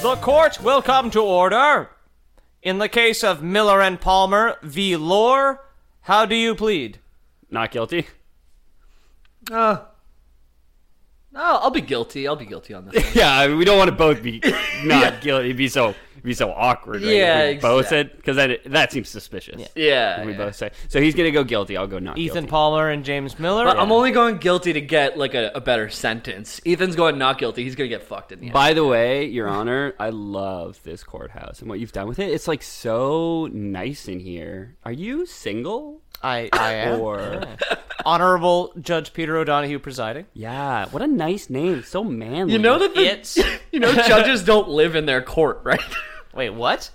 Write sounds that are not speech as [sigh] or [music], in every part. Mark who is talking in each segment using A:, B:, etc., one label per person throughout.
A: The court will come to order. In the case of Miller and Palmer v. Lore, how do you plead?
B: Not guilty.
C: Uh, no, Oh, I'll be guilty. I'll be guilty
B: [laughs]
C: on this. one.
B: [laughs] Yeah, I mean, we don't want to both [laughs] be not guilty. It'd be so it'd be so awkward. Right?
C: Yeah,
B: if we both
C: exact-
B: said because that that seems suspicious.
C: yeah,
B: If we
C: yeah.
B: both say so. He's gonna go guilty. I'll go not.
A: Ethan
B: guilty.
A: Palmer and James Miller.
C: But I'm only going guilty to get like a, a better sentence. Ethan's going not guilty. He's gonna get fucked in the end.
B: By the way, Your Honor, I love this courthouse and what you've done with it. It's like so nice in here. Are you single?
A: I, I am.
B: Or
A: Honorable Judge Peter O'Donohue presiding.
B: yeah, what a nice name. So manly.
C: you know that the,
A: It's.
C: [laughs] you know judges don't live in their court, right? [laughs]
A: Wait, what?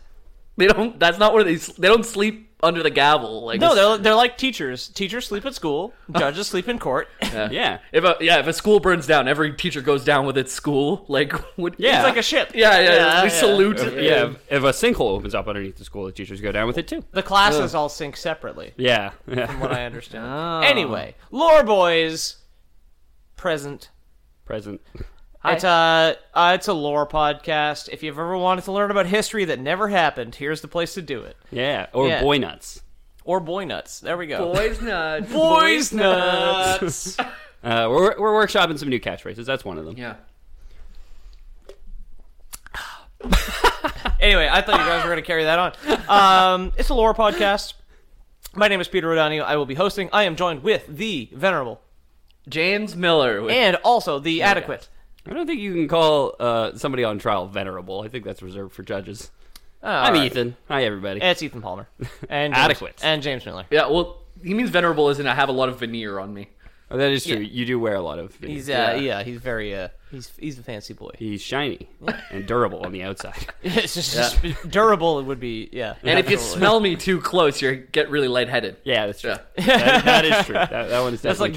C: they don't. That's not where they s- they don't sleep under the gavel. Like
A: No, they're, they're like teachers. Teachers sleep at school, judges sleep in court. [laughs]
B: Yeah.
C: If a yeah, if a school burns down, every teacher goes down with its school. [laughs] Like what?
B: Yeah.
A: It's like a ship.
C: yeah, yeah.
A: yeah.
C: we salute.
B: Yeah, if, if a sinkhole opens up underneath the school, the teachers go down with it too.
A: The classes all sync separately,
B: Yeah. [laughs]
A: from what I understand.
C: Oh.
A: Anyway, Lore Boys present.
B: Present.
A: It's a uh, it's a lore podcast. If you've ever wanted to learn about history that never happened, here's the place to do it.
B: Yeah. Or
A: Yeah.
B: boy nuts.
A: Or boy nuts. There we go. [laughs]
C: Boys nuts.
A: Boys nuts.
B: Uh, we're, we're workshopping some new catchphrases. That's one of them.
C: Yeah.
A: [laughs] anyway, I thought you guys were going to carry that on. Um, it's a lore podcast. My name is Peter Rodani. I will be hosting. I am joined with the venerable
C: James Miller. With,
A: and also the adequate.
B: I don't think you can call uh, somebody on trial venerable. I think that's reserved for judges. I'm
A: right.
B: Ethan. Hi, everybody.
A: It's Ethan
B: [laughs]
A: Palmer and James,
B: Adequate.
A: and James Miller.
C: yeah. Well, he means venerable isn't. I have a lot of veneer on me.
B: Oh, that is true. You do wear a lot of.
A: He's uh,
B: yeah.
A: yeah. he's very uh, he's he's a fancy boy.
B: He's
A: [laughs]
B: shiny and durable on the outside.
A: it's [laughs] just, just durable. It would be yeah.
C: And if you smell me too close, you get really lightheaded.
B: Yeah, that's true.
A: [laughs]
C: Yeah.
B: That- that is true. That, that one is
A: That's like
B: definitely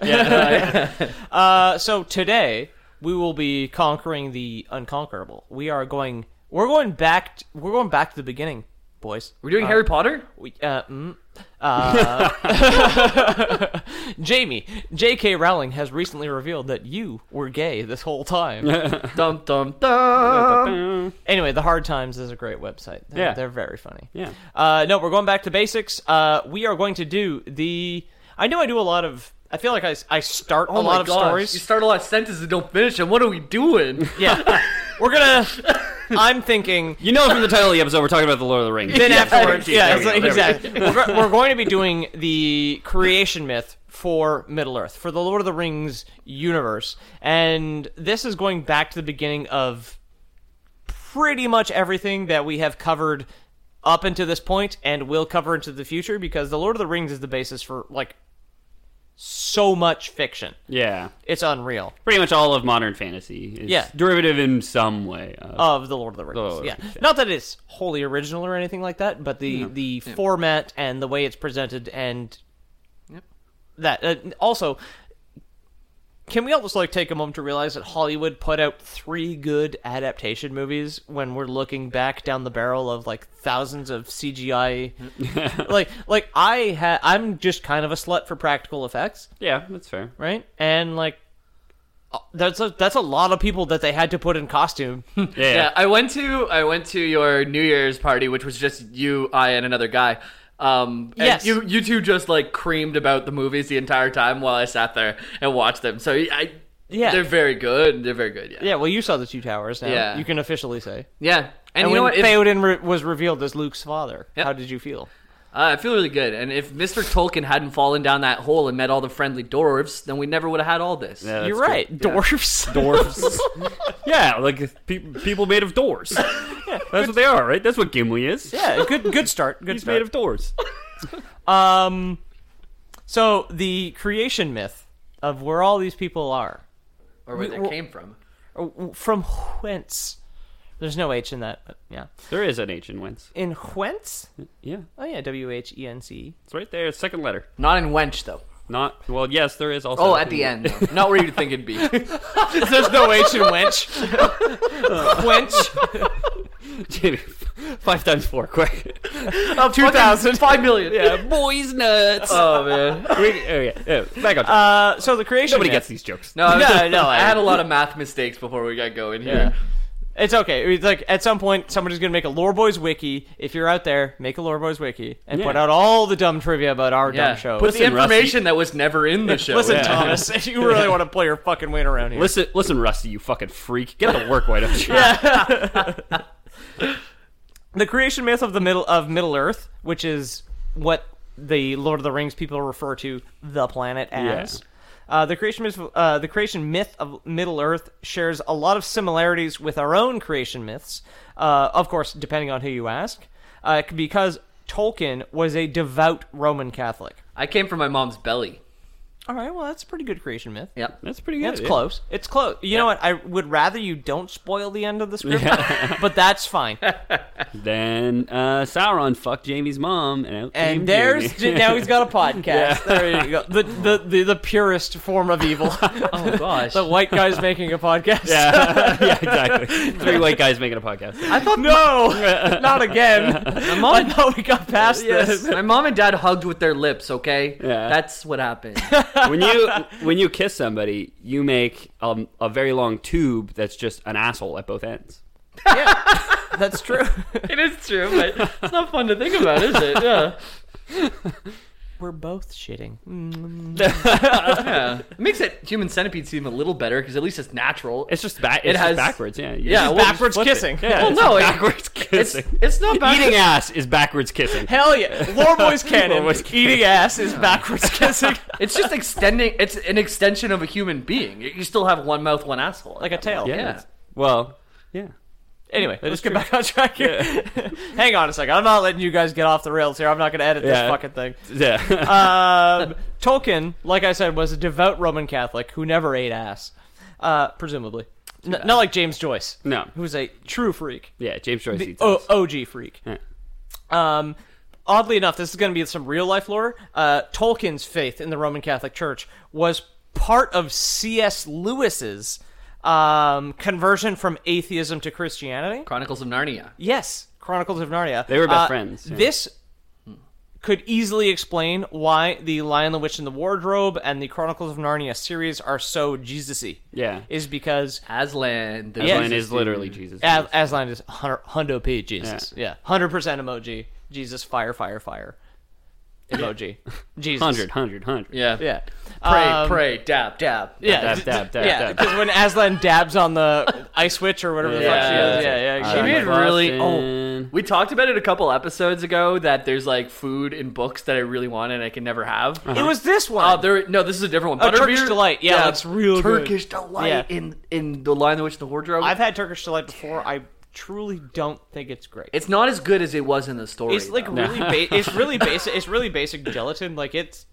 B: true.
C: [laughs]
A: varnish. [laughs] uh, so today we will be conquering the unconquerable. We are going. We're going back. t- we're going back to the beginning, boys.
C: We're doing Harry
A: [laughs]
C: Potter.
A: We, uh, mm, uh, [laughs] Jamie, J.K. Rowling has recently revealed that you were gay this whole
C: [laughs]
A: time.
C: Dum dum Oh dum.
A: anyway, the Hard Times is a great website. They're,
B: Yeah.
A: they're very funny.
B: Yeah.
A: Uh, no, we're going back to basics. Uh, we are going to do the. I know I do a lot of. I feel like I, s- I start a
C: Oh my
A: lot of
C: gosh,
A: stories.
C: You start a lot of sentences and don't finish them. What are we doing?
A: [laughs] Yeah. We're gonna. I'm [laughs] thinking.
B: You know from the title of the episode, we're talking about the Lord of the Rings.
A: [laughs] Then
B: Yeah,
A: afterwards,
B: there
A: yeah,
B: we go, there we
A: it's
B: go.
A: like- exactly. We're, go- we're going to be doing the creation myth for Middle Earth, for the Lord of the Rings universe, and this is going back to the beginning of pretty much everything that we have covered up until this point, and will cover into the future, because the Lord of the Rings is the basis for like so much fiction.
B: Yeah.
A: It's unreal.
B: Pretty much all of modern fantasy is
A: Yeah.
B: derivative in some way. Uh, Of,
A: of the Lord of the Rings.
B: Lord of the
A: yeah.
B: Rings, yeah.
A: not that it's wholly original or anything like that, but the the format and the way it's presented and that uh, also. Can we all just like take a moment to realize that Hollywood put out three good adaptation movies when we're looking back down the barrel of like thousands of CGI?
B: [laughs]
A: like, like I ha- I'm just kind of a slut for practical effects
B: yeah, that's fair.
A: right? And like uh, that's a, that's a lot of people that they had to put in costume.
B: Yeah.
C: Yeah, I went to I went to your New Year's party, which was just you, I, and another guy. Um, and
A: Yes.
C: you you two just like creamed about the movies the entire time while I sat there and watched them. So I,
A: Yeah.
C: they're very good. They're very good. Yeah,
A: yeah, well, you saw the two towers now.
C: Yeah.
A: You can officially say.
C: yeah. And,
A: And
C: you know
A: when
C: what? If-
A: Theoden re- was revealed as Luke's father,
C: Yeah.
A: how did you feel?
C: Uh, I feel really good. And if Mr. Tolkien hadn't fallen down that hole and met all the friendly dwarves, then we never would have had all this.
B: Yeah, that's
A: You're
B: good.
A: right. Dwarfs. [laughs]
B: Dwarfs. [laughs] yeah, like pe- people made of [laughs] doors. That's what they are, right? That's what Gimli is.
A: yeah. Good. Good start. Good
B: He's
A: start.
B: made of doors.
A: Um, so the creation myth of where all these people are,
C: Or where
A: We-
C: they
A: well-
C: came from.
A: or w- from whence? There's no H in that, but yeah.
B: [laughs] There is an H in Wentz.
A: In whence?
B: Yeah,
A: Oh yeah, W H E N C.
B: it's right there. Second letter.
C: Not in Wench, though.
B: Not well. Yes, there is also.
C: Oh, at the end. though. Not where you'd think [laughs] it'd be.
A: There's no H in [laughs] wench. wench.
B: [laughs] Jamie, [laughs] five times four, [laughs] quick.
C: Of 2,000. 5 million.
B: yeah, boys nuts.
C: Oh, man.
B: we, oh, yeah, yeah, back on. track.
A: Uh, so the creation.
B: Nobody
A: myth.
B: gets these jokes.
C: [laughs] No, I, was-
A: No, no,
C: I
A: I-
C: had a lot [laughs] of math mistakes before we got going here.
A: Yeah. It's okay. It's like at some point, somebody's gonna make a Lore Boys wiki. If you're out there, make a Lore Boys wiki and
B: Yeah.
A: put out all the dumb trivia about our
C: Yeah.
A: dumb show.
C: Put the
B: Listen, Rusty.
C: information that was never in the show.
A: Listen,
C: Yeah.
A: Thomas, if you really want to play your fucking weight around here,
B: Listen, listen, Rusty, you fucking freak. Get to work, why [laughs] don't you?
A: the creation myth of the middle of Middle Earth, which is what the Lord of the Rings people refer to the planet as. Uh, the creation myth, uh, the creation myth of Middle Earth shares a lot of similarities with our own creation myths. Uh, of course, depending on who you ask, uh, because Tolkien was a devout Roman Catholic.
C: I came from my mom's belly.
A: All right, well, that's a pretty good creation myth.
C: Yep.
B: That's pretty good.
A: That's
B: yeah.
A: close. It's close. You know what? I would rather you don't spoil the end of the script, [laughs] but that's
B: [laughs]
A: fine.
B: Then uh, Sauron fucked Jamie's mom, and out came
A: And there's
B: [laughs] Jamie.
A: j- now he's [laughs] got a podcast. There you go. The, the the the purest form of [laughs] evil.
C: Oh, gosh.
A: the white guy's making a podcast.
B: yeah, [laughs]
C: [laughs]
B: yeah, exactly. Three white guys making a podcast.
A: I thought [laughs] [laughs] no, not again. I thought we got past this.
C: My mom and dad hugged with their lips, okay?
B: Yeah.
C: That's what happened.
B: When you when you kiss somebody, you make um, a very long tube that's just an asshole at both ends.
A: That's [laughs] true.
C: [laughs] it is true, but it's not fun to think about, is it? Yeah.
A: We're both shitting.
C: yeah. [laughs] It makes that human centipede seem a little better because at least it's natural. [laughs]
B: It's just back.
C: It
B: It's just
C: has-
B: backwards. Yeah, You
C: Yeah,
B: just
C: well,
A: backwards
B: flip it.
A: kissing.
B: Yeah,
C: Well,
B: it's
C: no, it-
B: backwards
C: [laughs] it's,
B: kissing.
C: it's not bad.
B: Eating ass is backwards kissing.
A: Hell yeah! [laughs] Warboy's cannon.
B: War Boy's cannon.
A: Eating ass is [laughs] backwards kissing,
C: [laughs] It's just extending. It's an extension of a human being. You still have one mouth, one asshole.
A: like a tail.
B: Yeah. it's- Well, yeah.
A: Anyway, let's get back on track here. [laughs] Hang on a second. I'm not letting you guys get off the rails here. I'm not going to edit
B: Yeah.
A: this fucking thing.
B: Yeah.
C: Uh,
A: um, Tolkien, like I said, was a devout Roman Catholic who never ate ass, uh, presumably. N- not like James Joyce,
B: No.
A: who was a true freak,
B: [laughs] yeah, James Joyce eats
C: oh,
A: o-
B: ass.
A: OG freak.
B: Yeah.
A: Um, oddly enough, this is going to be some real life lore. Uh, Tolkien's faith in the Roman Catholic Church was part of C.S. Lewis's um, conversion from atheism to Christianity.
C: Chronicles of Narnia.
A: Yes, Chronicles of Narnia. Uh,
B: They were best friends, yeah.
A: This could easily explain why the Lion, the Witch, and the Wardrobe and the Chronicles of Narnia series are so Jesus-y.
B: Yeah.
A: is because
C: Aslan. The Mm-hmm.
A: Yes.
B: and is literally Jesus.
A: As- Aslan is hun- hundo p Jesus. Yeah, hundred percent emoji. Jesus, fire, fire, fire.
B: [laughs]
A: Emoji. Jesus.
B: 100, 100, 100.
C: Yeah.
A: Yeah.
C: Pray,
A: Um,
C: pray, dab, dab.
A: Yeah,
B: Dab,
A: d-
B: dab, dab,
A: yeah.
B: dab.
A: Because when Aslan dabs on the ice witch or whatever the fuck she
C: Yeah.
A: is, yeah, yeah.
C: She
B: Uh,
C: made really. Oh,
B: Boston.
C: we talked about it a couple episodes ago that there's like food in books that I really want and I can never have.
A: it was this one.
C: Oh, there. No, this is a different one.
A: Oh, Turkish Delight. Yeah, that's real good.
C: Turkish delight
A: Yeah.
C: in in the line in which the wardrobe.
A: I've had Turkish delight before. I truly don't think it's great.
C: it's not as good as it was in the story.
A: It's like
C: though.
A: really
B: [laughs]
A: ba- it's really basic. It's really basic gelatin. Like it's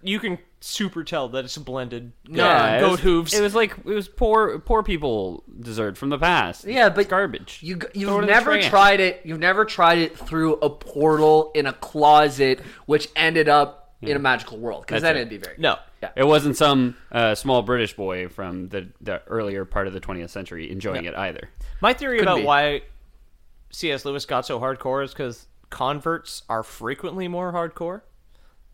A: you can super tell that it's blended.
C: Yeah,
B: it
A: goat
B: was-
A: hooves.
B: It was like it was poor poor people dessert from the past.
C: Yeah,
B: It's
C: but
B: garbage.
C: You g-
B: Throw it
C: you've
B: in the
C: never
B: trash.
C: tried it. You've never tried it through a portal in a closet, which ended up in a magical world. Because
B: That's
C: then
B: it.
C: it'd be very
A: Hmm. no.
C: Yeah.
B: It wasn't some uh, small British boy from the, the earlier part of the 20th century enjoying it
A: [laughs]
B: either.
A: My theory about
C: be.
A: why C.S. Lewis got so hardcore is because converts are frequently more hardcore.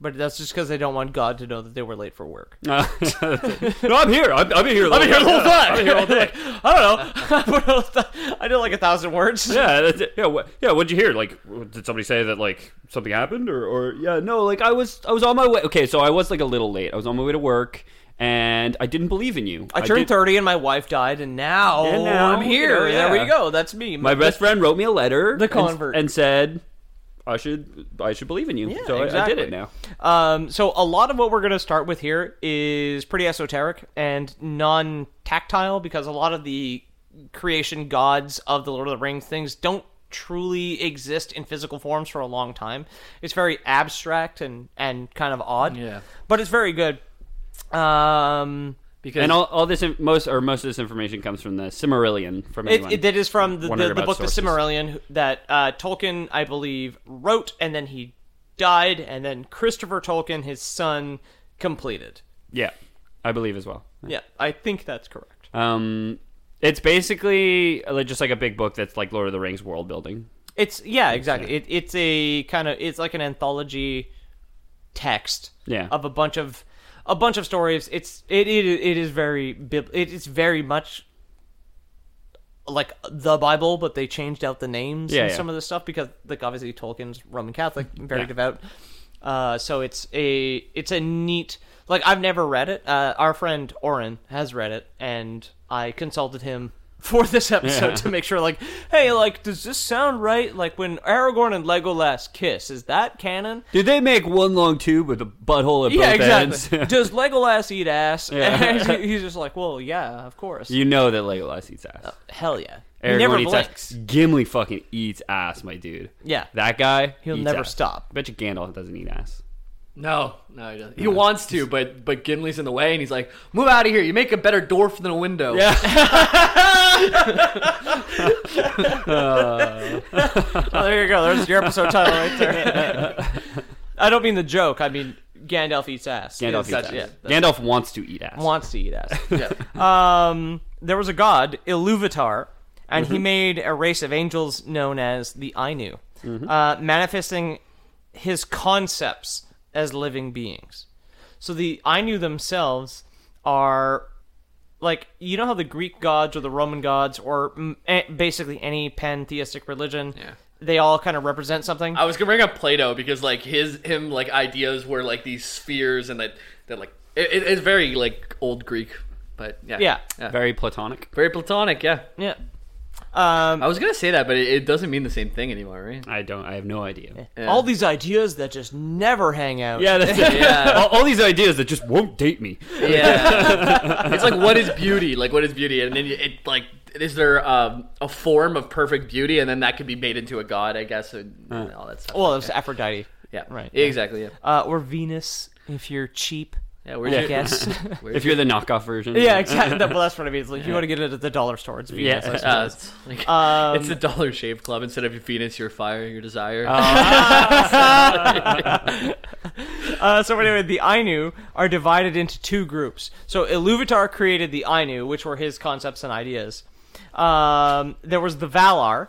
A: But that's just because they don't want God to know that they were late for work.
B: no, I'm here. I'm, I've been here.
A: I've been here the whole time. I've been here all day.
B: [laughs]
A: [laughs] I don't know. I did like a thousand words.
B: Yeah, that's it. yeah, what, yeah. What'd you hear? Like, w- did somebody say that like something happened, or, or yeah, no, like I was, I was on my way. Okay, so I was like a little late. I was on my way to work, and I didn't believe in you.
A: I turned
B: did-
A: 30 and my wife died, and now,
B: And now,
A: I'm here.
B: yeah.
A: There we go. That's me.
B: My best friend wrote me a letter.
A: The
B: and-
A: convert.
B: and, said, I should I should believe in you.
A: Yeah,
B: so I- I
A: exactly.
B: did it now.
A: Um, so a lot of what we're going to start with here is pretty esoteric and non-tactile because a lot of the creation gods of the Lord of the Rings things don't truly exist in physical forms for a long time. It's very abstract and and kind of odd.
C: Yeah.
A: but it's very good. Um,
C: because
B: And all, all this in- most or most of this information comes from the Cimmerillion from
A: it,
B: anyone.
A: it, that is from the,
B: wondered
A: the, the
B: about
A: book The
B: sources.
A: Cimmerillion that uh, Tolkien, I believe, wrote and then he died, and then Christopher Tolkien, his son, completed.
B: Yeah, I believe as well.
A: Yeah, I think that's correct.
B: Um, it's basically uh, just like a big book that's like Lord of the Rings world building.
A: It's yeah, exactly. It, it's a kind of it's like an anthology text
B: Yeah.
A: of a bunch of a bunch of stories. It's it it, it is very bib- it is very much like the Bible, but they changed out the names
B: Yeah,
A: and
B: yeah.
A: some of the stuff because like obviously Tolkien's Roman Catholic,
B: Mm,
A: very devout. Uh, so it's a it's a neat like I've never read it. Uh, our friend Oren has read it, and I consulted him [laughs] for this episode to make sure like hey like does this sound right like when aragorn and legolas kiss is that canon
B: Did they make one long tube with a butthole at
A: yeah,
B: [laughs]
A: exactly. Does Legolas eat ass? [laughs] And he- he's just like, well, yeah, of course.
B: you know that Legolas eats ass.
A: Hell yeah. Oh, He
B: Aragorn
A: never
B: eats
A: blinks.
B: ass. Gimli fucking eats ass, my dude.
A: Yeah.
B: that guy.
A: He'll
B: eats
A: never
B: ass.
A: stop.
B: Bet you Gandalf doesn't eat ass.
C: no, no, he doesn't. He wants to, but but Gimli's in the way, and he's like, "Move out of here! You make a better dwarf than a window." Yeah,
A: Oh, there you go. There's your episode title right there.
B: [laughs]
A: I don't mean the joke. I mean Gandalf eats ass.
B: Gandalf eats
C: that's-
B: ass.
C: yeah,
B: Gandalf wants to eat ass.
A: Wants to eat ass.
C: [laughs] yeah. Mm-hmm.
A: um, there was a god, Iluvatar, and he made a race of angels known as the Ainu,
C: Mm-hmm.
A: uh, manifesting his concepts as living beings. So the Ainu themselves are like you know how the Greek gods or the Roman gods or mm, eh, basically any pantheistic religion,
C: Yeah. Oh.
A: they all kind of represent something.
C: I was gonna bring up Plato because like his him like ideas were like these spheres and that that like it, it- it's very like old Greek, but yeah,
A: Yeah.
B: Very platonic.
C: very Platonic. Yeah,
A: yeah. Um,
C: I was gonna say that, but it, it doesn't mean the same thing anymore, right?
B: I don't. I have no idea.
A: All these ideas that just never hang out. [laughs]
B: Yeah, that's it.
C: Yeah.
B: all, all these ideas that just won't date me.
C: Yeah, [laughs] it's like what is beauty? Like what is beauty? And then it like is there um, a form of perfect beauty, and then that could be made into a god, I guess, and all that stuff.
A: Well, it was Aphrodite.
C: yeah,
A: right, yeah.
C: exactly. Yeah,
A: uh, or Venus if you're cheap.
C: yeah. We're
A: I guess. [laughs]
B: If you're the knockoff version.
A: yeah, exactly. That- well, that's what I mean. It's like you want to get it at the dollar store. It's Venus.
B: Yeah.
A: I suppose.
C: Uh, it's, like,
A: um,
C: it's the Dollar Shave Club. Instead of your Venus, your fire, your desire.
A: Oh, Uh, so anyway, the Ainu are divided into two groups. So Iluvatar created the Ainu, which were his concepts and ideas. Um, there was the Valar,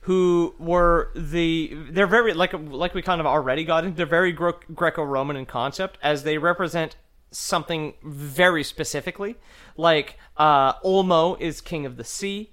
A: who were the they're very like like we kind of already got into. They're very Gre- Greco-Roman in concept, as they represent something very specifically. Like uh, Olmo is king of the sea.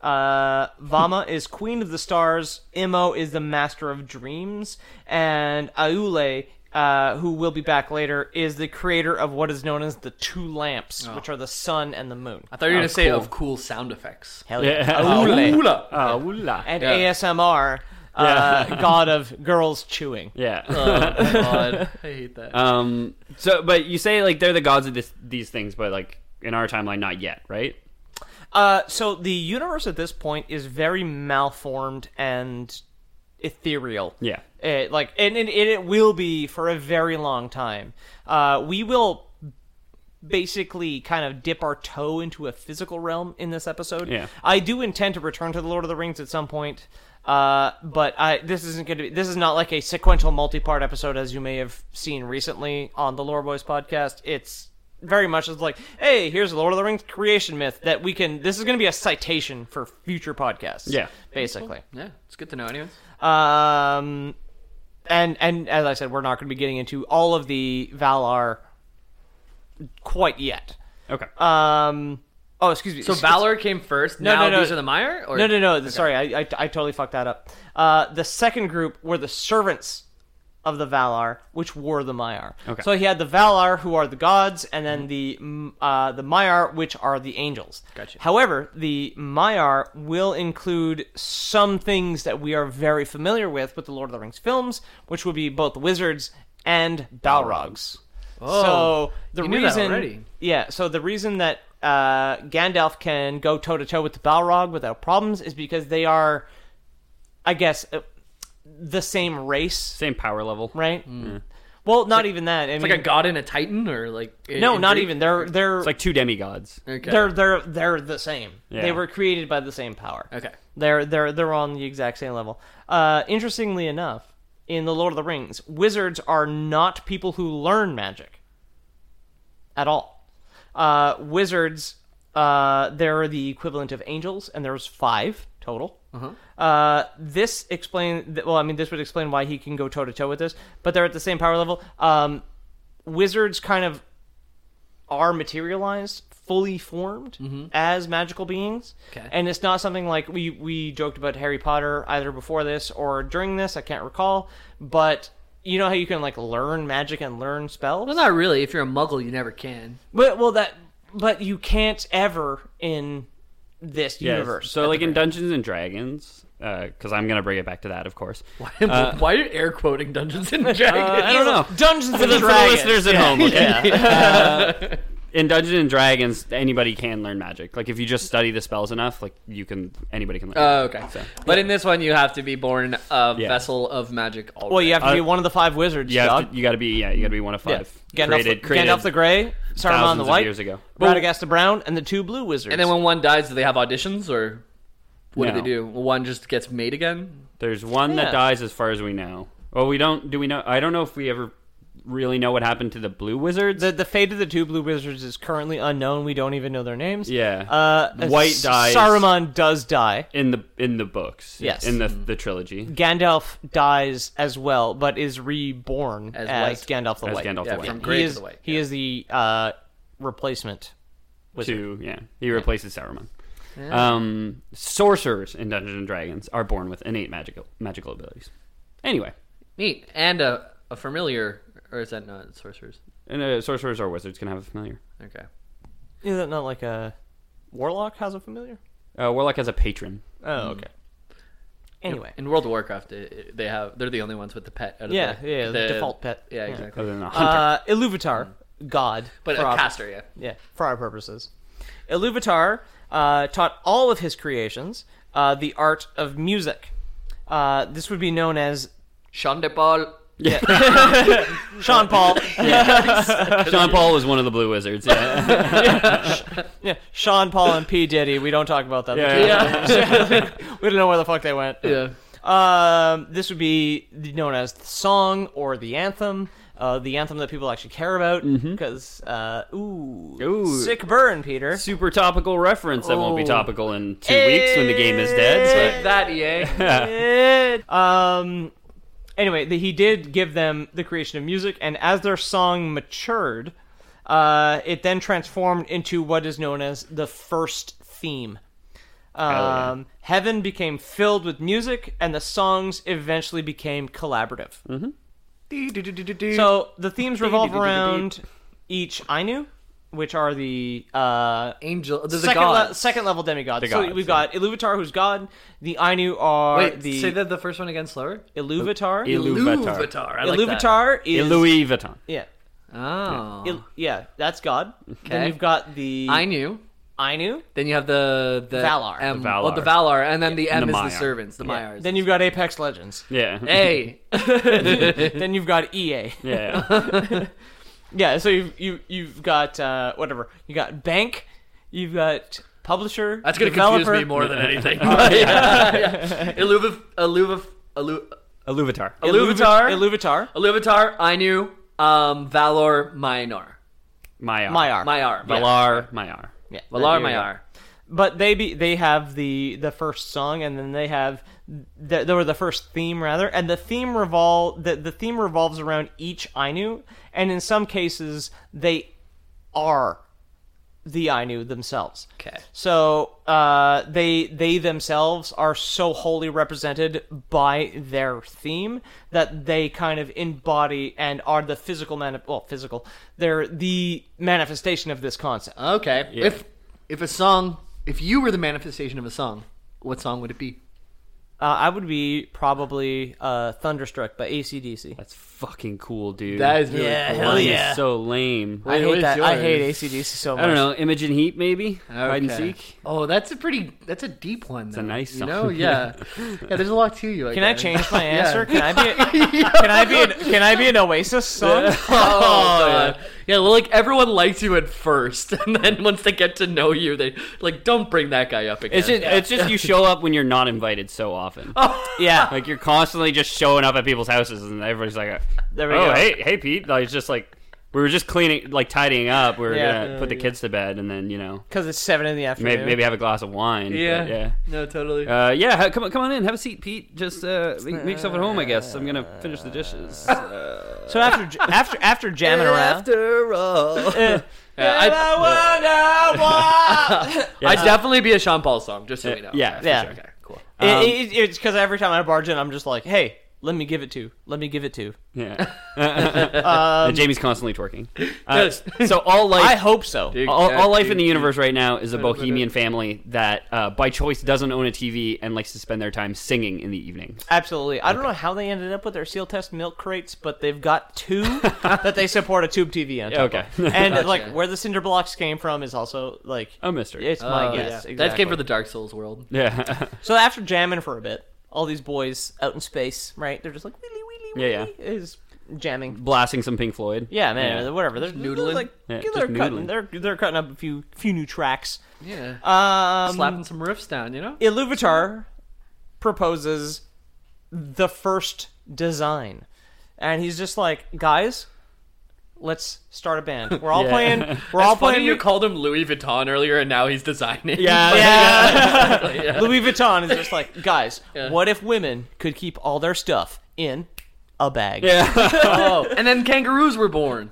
A: Uh, Vama is queen of the stars. Imo is the master of dreams, and Aule, uh, who will be back later, is the creator of what is known as the two lamps, which are the sun and the moon.
C: Oh. I thought you were gonna say of cool sound effects.
A: Oh, [laughs] Hell
B: yeah. [laughs] Yeah.
A: Aule
C: Hula.
B: Ah, woola.
A: and
C: Yeah.
A: ASMR, uh, [laughs] god of girls chewing.
B: Yeah.
C: Oh, God. I
A: [laughs]
C: hate
B: [laughs]
C: that.
B: Um. So, but you say like they're the gods of this, these things, but like in our timeline, not yet, right?
A: Uh, so the universe at this point is very malformed and ethereal.
B: Yeah.
A: It, like, and, and it will be for a very long time. Uh, we will basically kind of dip our toe into a physical realm in this episode.
B: Yeah.
A: I do intend to return to the Lord of the Rings at some point. Uh, but I this isn't going to be this is not like a sequential multi-part episode as you may have seen recently on the Lore Boys podcast. It's very much as like, hey, here's the Lord of the Rings creation myth that we can. This is going to be a citation for future podcasts.
B: Yeah.
A: basically.
C: yeah, it's good to know. Anyways,
A: Um, and and as I said, we're not going to be getting into all of the Valar quite yet.
B: Okay.
A: Um, oh, excuse me.
C: so Valor came first.
A: No,
C: now
A: no, no.
C: these are the Mire. Or
A: No, no, no. Sorry, I, I, I totally fucked that up. Uh, the second group were the servants of the Valar, which were the Maiar.
B: Okay.
A: So he had the Valar, who are the gods, and then the mm, uh, the Maiar, which are the angels.
C: Gotcha.
A: However, the Maiar will include some things that we are very familiar with with the Lord of the Rings films, which would be both wizards and Balrogs. so the
C: you knew that
A: reason,
C: already.
A: yeah, so the reason that uh, Gandalf can go toe to toe with the Balrog without problems is because they are, I guess, uh, the same race
B: Same power level.
A: right? Well, not even that. I
C: Mm. It's
A: mean,
C: like a god and a titan, or like in-
A: no,
C: in
A: not
C: Greek?
A: even. They're they're
B: It's like two demigods.
C: Okay.
A: they're they're they're the same.
B: Yeah.
A: They were created by the same power.
C: Okay.
A: They're they're they're on the exact same level. Uh, interestingly enough, in the Lord of the Rings, wizards are not people who learn magic at all. Uh, wizards, uh, they're the equivalent of angels, and there's five total.
C: Uh-huh.
A: Uh, this explain th- well, I mean, this would explain why he can go toe to toe with this, but they're at the same power level. Um, wizards kind of are materialized, fully formed as magical beings,
C: Mm-hmm. Okay.
A: and it's not something like we we joked about Harry Potter either before this or during this. I can't recall, but you know how you can like learn magic and learn spells.
C: Well, not really. If you're a muggle, you never can. [laughs]
A: But well, that but you can't ever in this
B: Yes.
A: universe.
B: So like in Dungeons and Dragons, because I'm gonna bring it back to that, of course.
A: Uh,
C: Why are you air quoting
A: [laughs]
C: Dungeons and Dragons?
B: I don't know.
A: Dungeons
B: For
A: and
B: the, for the
A: Dragons.
B: listeners at
A: [laughs]
B: home, okay? Uh, in Dungeons and Dragons, anybody can learn magic. Like if you just study the spells enough, like you can anybody can learn.
C: Oh, okay. But in this one, you have to be born a
B: Yeah.
C: vessel of magic. Already.
A: Well, you have to be one of the five wizards,
B: Uh, you have
A: dog.
B: to, you got to be yeah, you got to be one of
A: yeah.
B: five.
A: Gandalf,
B: created,
A: the,
B: created
A: Gandalf the Grey, Saruman
B: thousands
A: the
B: of
A: White,
B: years ago.
A: Radagast the Brown, and the two blue wizards.
C: And then when one dies, do they have auditions or what do
B: No.
C: they do? One just gets made again.
B: There's one
A: Yeah.
B: that dies, as far as we know. Well, we don't. Do we know? I don't know if we ever really know what happened to the blue wizards.
A: the, the fate of the two blue wizards is currently unknown. We don't even know their names.
B: yeah,
A: Uh,
B: White
A: S-
B: dies.
A: Saruman does die.
B: in the in the books.
A: Yes. Mm-hmm.
B: in the the trilogy.
A: Gandalf dies as well, but is reborn as,
C: As
A: Gandalf the
B: As
A: White.
B: Gandalf
C: Yeah,
B: the White.
C: from
A: He
C: Grey to
A: is,
C: the White.
A: he is the uh, replacement.
B: to yeah he replaces Saruman. Um, sorcerers in Dungeons and Dragons are born with innate magical magical abilities. Anyway,
C: Neat. And a, a familiar, or is that not sorcerers?
B: and uh, sorcerers or wizards can have a familiar.
C: Okay.
A: Is that not like a warlock has a familiar?
B: Uh, Warlock has a patron.
A: Oh,
C: Hmm.
A: okay. Anyway,
C: In World of Warcraft, it- it- they have they're the only ones with the pet. Out of
A: Yeah,
C: the,
A: yeah, the default pet.
C: Yeah,
A: Yeah.
C: exactly.
B: Other than a hunter,
A: uh, Iluvatar, god,
C: Hmm. But
A: for
C: a
A: our-
C: caster, yeah.
A: yeah, for our purposes. Iluvatar uh, taught all of his creations uh, the art of music. Uh, this would be known as
C: Sean DePaul.
A: Sean
C: [coughs]
A: Paul.
B: [laughs] Sean Paul was one of the blue wizards.
A: [laughs]
B: Yeah,
A: yeah, Sean Paul and P Diddy. We don't talk about them. [laughs]
C: Yeah.
A: we don't know where the fuck they went.
C: yeah.
A: Um, this would be known as the song or the anthem, uh, the anthem that people actually care about. Because uh, ooh,
B: Mm-hmm. Ooh.
A: sick burn,
B: [laughs]
A: Peter.
B: super topical reference that won't be
A: Oh.
B: topical in two weeks when the game is dead. But
A: [laughs]
C: That EA.
A: um, anyway, the, he did give them the creation of music, and as their song matured, uh, it then transformed into what is known as the first theme.
B: yeah.
A: Um, Heaven became filled with music, and the songs eventually became collaborative. So the themes revolve around each Ainu, which are the uh,
C: Angel. There's
A: second,
C: a
A: le-
C: god.
A: second level demigods.
B: The
A: so
B: gods,
A: we've got Iluvatar, who's god. The Ainu are
C: Wait,
A: the
C: say that the first one again slower.
A: Iluvatar.
B: Iluvatar.
C: I like that.
A: Iluvatar is
B: Louis Vuitton.
A: yeah.
C: Oh.
A: Il- yeah, that's God. Then
C: Okay.
A: you've got the
C: I knew.
A: Ainu.
C: Then you have the the
A: Valar.
C: M,
B: The Valar.
C: Well, the Valar, and then the M
B: The
C: is
B: Maiar.
C: the servants, the Maiars.
A: Then you've got Apex
C: [laughs]
A: Legends.
B: Yeah. [laughs]
A: Eh. [laughs]
C: hey,
A: then you've got EA.
B: Yeah.
A: [laughs] Yeah, so you've you, you've got uh, whatever. You got bank. You've got publisher.
C: that's gonna
A: developer. Oh,
C: confuse
B: [laughs]
C: me more
A: [laughs]
C: than anything. yeah, [laughs] yeah. Iluvatar, Iluvatar,
B: Iluvatar.
A: Iluvatar.
C: Iluvatar,
A: Iluvatar.
C: Iluvatar, Ainu, um, Valor, Mainar,
B: Maiar.
A: Maiar.
C: Maiar, yeah.
B: Valar. Maiar.
A: Yeah.
C: Valar,
A: There you go.
C: Maiar.
A: But they be they have the the first song, and then they have the, or the first theme rather, and the theme revolve the, the theme revolves around each Ainu, and in some cases they are the Ainu themselves.
C: Okay.
A: So uh, they they themselves are so wholly represented by their theme that they kind of embody and are the physical man. Well, physical. They're the manifestation of this concept.
C: Okay. If if a song, if you were the manifestation of a song, what song would it be?
A: Uh, I would be probably uh, thunderstruck by ACDC.
B: That's fucking cool, dude.
C: That is really
A: Yeah,
C: cool.
A: hell
B: Mine
A: yeah.
B: is so lame. I,
A: I
C: what
A: hate
C: is
A: that. I
C: yours?
A: hate ACDC so much.
B: don't know. Image and Heat, maybe. Hide and
C: Okay.
B: Seek.
C: Oh, that's a pretty. That's a deep one. That's
B: a nice
C: You
B: song.
C: know, yeah, yeah. There's a lot to you. I
A: Can I
C: guess.
A: change
B: [laughs]
A: my answer?
C: [laughs] Yeah.
A: Can I be? Can I be? An, can I be an Oasis song?
B: [laughs]
C: Oh, yeah. yeah, well, like everyone likes you at first, [laughs] and then once they get to know you, they like don't bring that guy up again.
B: It's just, it's
A: [laughs]
B: just you show up when you're not invited so often.
A: yeah.
B: Like you're constantly just showing up at people's houses, and everybody's like,
A: There we
B: "Oh,
A: go.
B: hey, hey, Pete." Like it's just like we were just cleaning, like tidying up. We were
A: Yeah.
B: gonna put the kids to bed, and then you know
A: Because it's seven in the afternoon.
B: maybe maybe have a glass of wine. but
C: yeah,
B: yeah.
C: no, totally.
B: Uh, yeah, ha- come on, come on in. Have a seat, Pete. Just uh, make, make yourself at home. I guess I'm gonna finish the dishes.
A: So after after after [laughs] jamming around,
B: [laughs] all,
C: yeah, I'd, I'd definitely be a Sean Paul song, just so we know.
B: yeah,
C: For
A: yeah.
C: sure. Okay, cool.
A: [laughs] It- it- it's because every time I barge in, I'm just like, hey, let me give it to, let me give it to.
B: yeah. and Jamie's constantly twerking. Uh,
C: Yes.
B: so all life,
A: I hope so.
B: all, all life in the universe right now is a bohemian family that, uh, by choice, doesn't own a TV and likes to spend their time singing in the evening.
A: Absolutely. I don't know how they ended up with their seal test milk crates, but they've got two [laughs] that they support a tube TV on. Top
B: Okay.
A: of. and like where the cinder blocks came from is also like
B: A mystery.
A: it's my
C: Oh,
A: guess.
C: yeah.
A: Uh, Exactly.
C: That came from the Dark Souls world.
B: yeah, [laughs]
A: So after jamming for a bit, all these boys out in space, right? They're just like wheelie wheelie wheelie
B: Yeah,
A: is jamming.
B: blasting some Pink Floyd.
A: Yeah, man, whatever. They're
C: noodling.
A: noodling. Like,
B: Yeah,
A: they're
B: just
A: cutting.
B: noodling.
A: They're they're cutting up a few few new tracks.
C: Yeah,
A: Um,
C: slapping some riffs down, you know.
A: Iluvatar proposes the first design, and he's just like, guys, let's start a band. We're all
B: [laughs] Yeah.
A: playing. We're all
C: Funny
A: playing.
C: you
A: mu-
C: called him Louis Vuitton earlier, and now he's designing.
A: [laughs]
B: [laughs]
C: [laughs]
B: Yeah,
A: yeah.
B: [laughs]
A: Louis Vuitton is just like, guys, what if women could keep all their stuff in a bag?
C: Oh, and then kangaroos were born.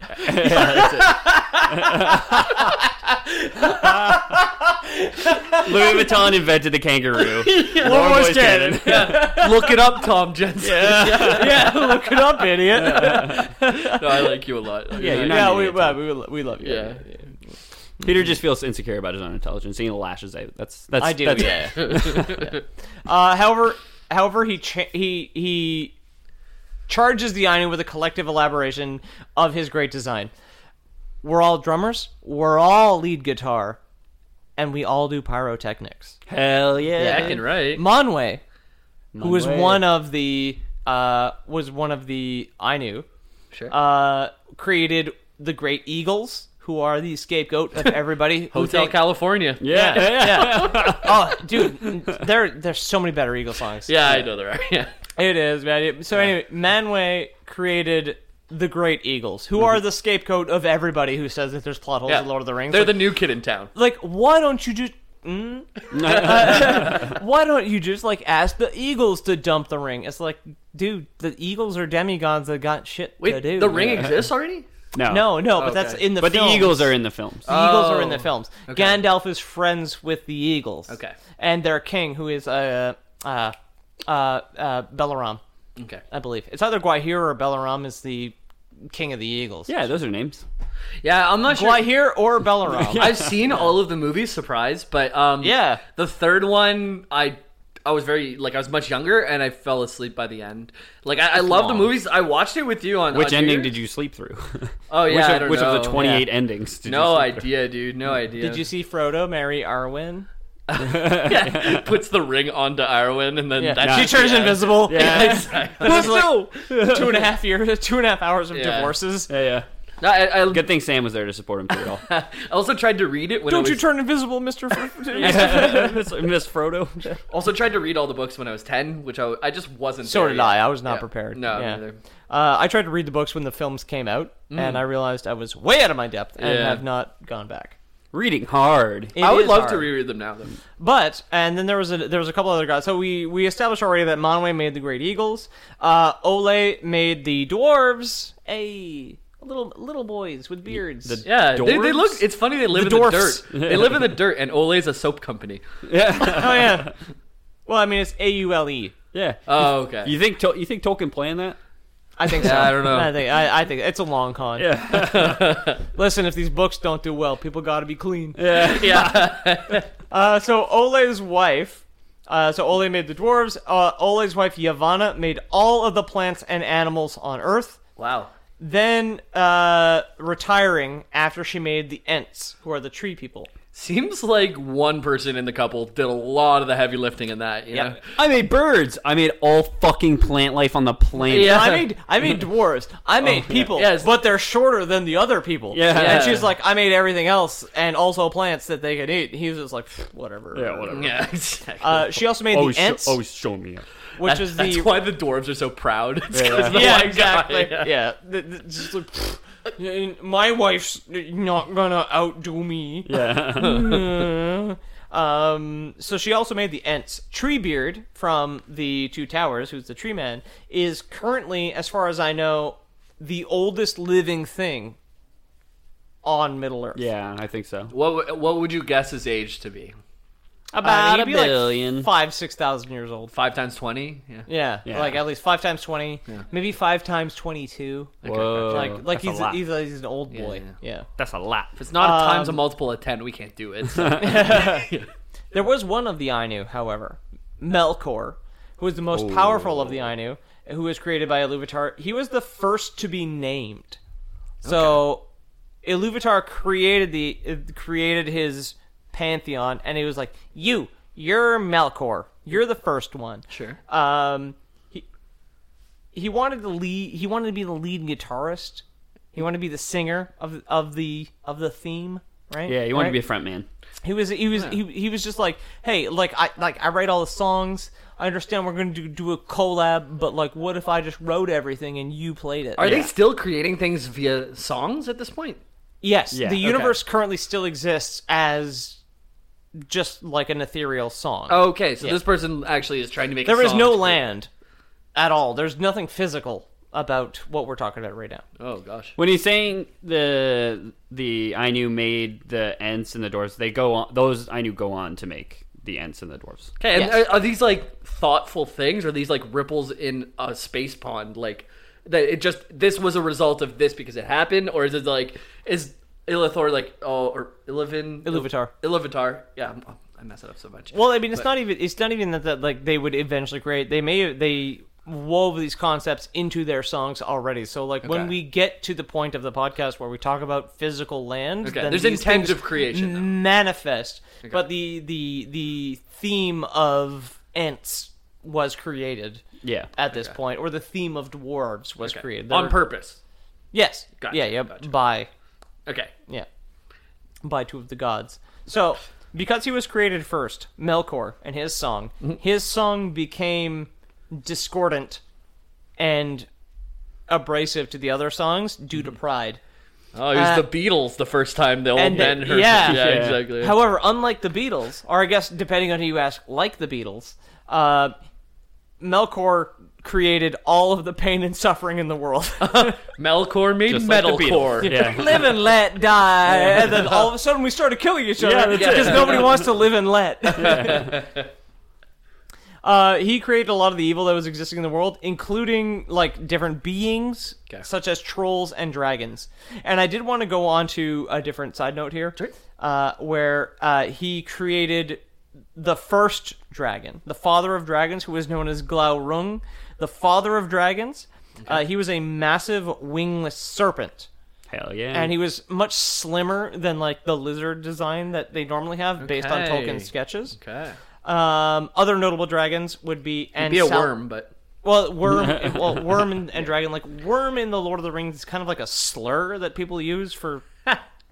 B: Louis Vuitton invented the kangaroo. Lord
C: Boys
B: Boys
C: Cannon.
B: Cannon.
C: Yeah. Look it up,
A: [laughs]
C: Tom Jensen.
A: yeah, [laughs] look it up, idiot.
C: No, I like you a lot.
B: Yeah, you're not
A: yeah,
B: an
A: we,
B: idiot,
A: well, we, lo- we love you.
C: yeah.
B: Peter just feels insecure about his own intelligence. He lashes out. That's that's
A: I do.
B: That's
A: yeah.
C: [laughs]
A: Uh, however, however, he cha- he he charges the Ainu with a collective elaboration of his great design. We're all drummers. We're all lead guitar, and we all do pyrotechnics.
B: Hell yeah.
C: I can write.
A: Monwe, who was
B: Monwe.
A: one of the uh, was one of the Ainu,
C: Sure.
A: uh, created the Great Eagles, who are the scapegoat
C: [laughs]
A: of everybody. who
C: Hotel
A: think-
C: California.
B: Yeah.
A: yeah. [laughs] oh, dude, there there's so many better Eagle songs.
C: Yeah, I know there are. [laughs] Yeah.
A: It is, man. It- So anyway, Manway created the Great Eagles, who are the scapegoat of everybody who says that there's plot holes
C: Mhm. yeah.
A: in Lord of the Rings.
C: They're
A: like,
C: the new kid in town.
A: like, why don't you just?
C: [laughs]
A: Mm? [laughs] why don't you just like ask the Eagles to dump the ring? It's like, dude, the Eagles are demigods that got shit to
C: Wait,
A: do.
C: the ring exists already?
B: No.
A: No, no, but
C: Okay.
A: that's in the.
B: But the
A: films. Uh,
B: Eagles are in the films.
A: The Eagles are in the
C: Oh,
A: films.
C: okay.
A: Gandalf is friends with the Eagles.
C: Okay.
A: And their king, who is uh uh uh, uh Belaram.
C: Okay.
A: I believe it's either Guahir or Belaram is the king of the Eagles.
B: yeah, those are names.
C: Yeah, I'm not sure.
A: Guahir or
C: [laughs]
A: Belaram.
C: I've seen all of the movies, surprise, but um,
A: Yeah.
C: the third one, I I was very like I was much younger, and I fell asleep by the end. Like I, I love the
A: long.
C: movies. I watched it with uh, you on
B: Which
C: on
B: ending
C: here.
B: did you sleep through?
C: Oh yeah,
B: which
C: I
B: of,
C: don't
B: which
C: know.
B: of the 28 endings did
C: No
B: you sleep through?
C: idea, dude. No idea. [laughs]
A: Did you see Frodo marry Arwen?
C: puts the ring onto Arwen, and then that's
A: She turns
C: yeah.
A: [laughs] invisible.
B: Yeah.
C: [laughs] Exactly.
A: There's like two and a half years, two and a half hours of
C: Yeah.
A: divorces.
B: [laughs] Yeah, yeah.
C: No, I, I
B: Good thing Sam was there to support him through it all. [laughs]
C: also tried to read it when I
A: Don't
C: was,
A: you turn invisible, Mister?
C: [laughs]
B: Miss Miss Frodo.
C: also tried to read all the books when I was ten, which I, I just wasn't.
A: so
C: there
A: did
C: yet.
A: I. I was not
C: Yeah.
A: prepared.
C: No,
A: Yeah.
C: neither. Mm.
A: Uh, I tried to read the books when the films came out, and I realized I was way out of my depth and
C: Yeah.
A: have not gone back.
B: Reading hard.
A: It
C: I would
A: is
C: love to
A: hard.
C: reread them now, though.
A: But and then there was a there was a couple other guys. So we we established already that Manwe made the Great Eagles. Uh, Ole made the dwarves. Hey, little little boys with beards.
B: the-
C: Yeah, they, they
B: Dwarves?
C: look. It's funny they live
A: The
C: in the
A: dwarfs.
C: dirt. They live in the dirt, and Ole's a soap company.
A: oh yeah. Well, I mean it's A U L E.
B: Yeah.
C: Oh, okay.
B: you think Tol- you think Tolkien playing that?
A: I think so.
C: Yeah, I don't know.
A: I think I, I think it's a long con. Yeah. [laughs] Listen, if these books don't do well, people got to be clean.
C: yeah,
A: Uh, so Ole's wife. Uh, so Ole made the dwarves. Uh, Ole's wife Yavanna made all of the plants and animals on Earth.
C: [laughs] wow.
A: Then uh, retiring after she made the Ents, who are the tree people.
C: Seems like one person in the couple did a lot of the heavy lifting in that. You know?
B: I made birds. I made all fucking plant life on the planet.
C: Yeah. Oh,
A: I made I made
C: [laughs]
A: dwarves. I made people,
C: Yes.
A: but they're shorter than the other people.
B: Yeah.
A: And she's like, I made everything else and also plants that they could eat. He was just like, "Pfft, whatever.
B: Yeah, whatever.
C: Yeah, [laughs] exactly.
A: Uh, she also made
B: Always,
A: the Ents,
B: sho- always show me [laughs] up.
A: which is the
C: That's why the dwarves are so proud. [laughs] It's 'cause the
A: yeah
C: one guy-
A: exactly
C: [laughs] yeah.
A: yeah. The- the- just like, "Pfft, n- my wife's not gonna outdo me. Yeah. um. So she also made the Ents. Treebeard from the Two Towers, who's the tree man, is currently, as far as I know, the oldest living thing on Middle Earth.
B: Yeah, I think so.
C: What w- what would you guess his age to be?
A: Uh,
B: About
A: he'd
B: a
A: be
B: billion.
A: like five, six thousand years old.
C: Five times twenty. Yeah.
A: Yeah, like at least five times twenty, maybe five times twenty-two.
B: Whoa,
A: Like, like
B: that's a
A: he's,
B: lot.
A: he's a- he's an old boy.
C: yeah,
A: yeah.
B: That's a lot.
C: If it's not a times
A: Um,
C: a multiple of ten, we can't do
A: [laughs]
C: it. So.
A: There was one of the Ainu, however, Melkor, who is the most powerful of the Ainu, who was created by Iluvatar. He was the first to be named. So Iluvatar created the uh, created his pantheon, and he was like, "You, you're Melkor. You're the first one."
C: Sure.
A: Um, he he wanted to lead. He wanted to be the lead guitarist. He wanted to be the singer of of the of the theme. Right.
B: Yeah, you want to
A: Right?
B: be a front man.
A: He was he was he, he was just like, hey, like I like I write all the songs. I understand we're going to do, do a collab, but like, what if I just wrote everything and you played it?
C: Are they still creating things via songs at this point?
A: yes,
B: Yeah,
A: the
B: okay.
A: universe currently still exists as just like an ethereal song.
C: Okay, so this person actually is trying to make.
A: there
C: a
A: is
C: Oh, song
A: no
C: to-
A: land at all. There's nothing physical about what we're talking about right now.
C: Oh gosh.
B: When he's saying the the Ainu made the Ents and the dwarves, they go on. Those Ainu go on to make the Ents and the dwarves.
C: Okay, and uh,
A: Yes.
C: are, are these like thoughtful things? Or are these like ripples in a space pond? Like that it just this was a result of this because it happened, or is it like is Illithor like oh or Illivin
A: Iluvatar.
C: Illivatar? Yeah, I'm, I mess it up so much.
A: Well, I mean, it's not even it's not even that, that like they would eventually create. They may they wove these concepts into their songs already. So like when
C: Okay.
A: we get to the point of the podcast where we talk about physical land,
C: Okay,
A: then
C: there's
A: these
C: intent
A: things
C: of creation, though.
A: manifest. But the the the theme of ants was created
B: Yeah.
A: at this point, or the theme of dwarves was created
C: on
A: There-
C: purpose.
A: Yes,
C: Gotcha,
A: yeah, yeah,
C: gotcha.
A: by
C: Okay,
A: yeah. By two of the gods. So, because he was created first, Melkor and his song, his song became discordant and abrasive to the other songs due to pride.
C: oh, it was
A: Uh,
C: the Beatles the first time the old
A: and
C: man
A: the-
C: heard.
A: yeah.
C: yeah,
A: Yeah.
C: exactly.
A: However, unlike the Beatles, or I guess depending on who you ask, like the Beatles, uh, Melkor created all of the pain and suffering in the world. [laughs]
C: Melkor made
B: Just like the
C: metalcore.
B: Beatles.
C: [laughs]
B: Yeah.
A: live and let die. And then
B: [laughs]
A: all of a sudden we started killing each
B: Yeah,
A: other
B: that's
A: because
B: it.
A: nobody wants to live and let.
B: [laughs]
A: [laughs] uh, he created a lot of the evil that was existing in the world, including like different beings
C: Okay.
A: such as trolls and dragons. And I did want to go on to a different side note here, uh, where uh, he created the first dragon, the father of dragons, who was known as Glaurung, the father of dragons. Uh, he was a massive wingless serpent
B: Hell yeah.
A: and he was much slimmer than like the lizard design that they normally have based on
C: Okay.
A: Tolkien's sketches.
C: Okay,
A: Um, other notable dragons would be and
C: be a
A: Sal-
C: worm, but
A: Well,
C: [laughs]
A: worm, well, worm and, and dragon. Like worm in the Lord of the Rings is kind of like a slur that people use
C: [laughs]
A: for.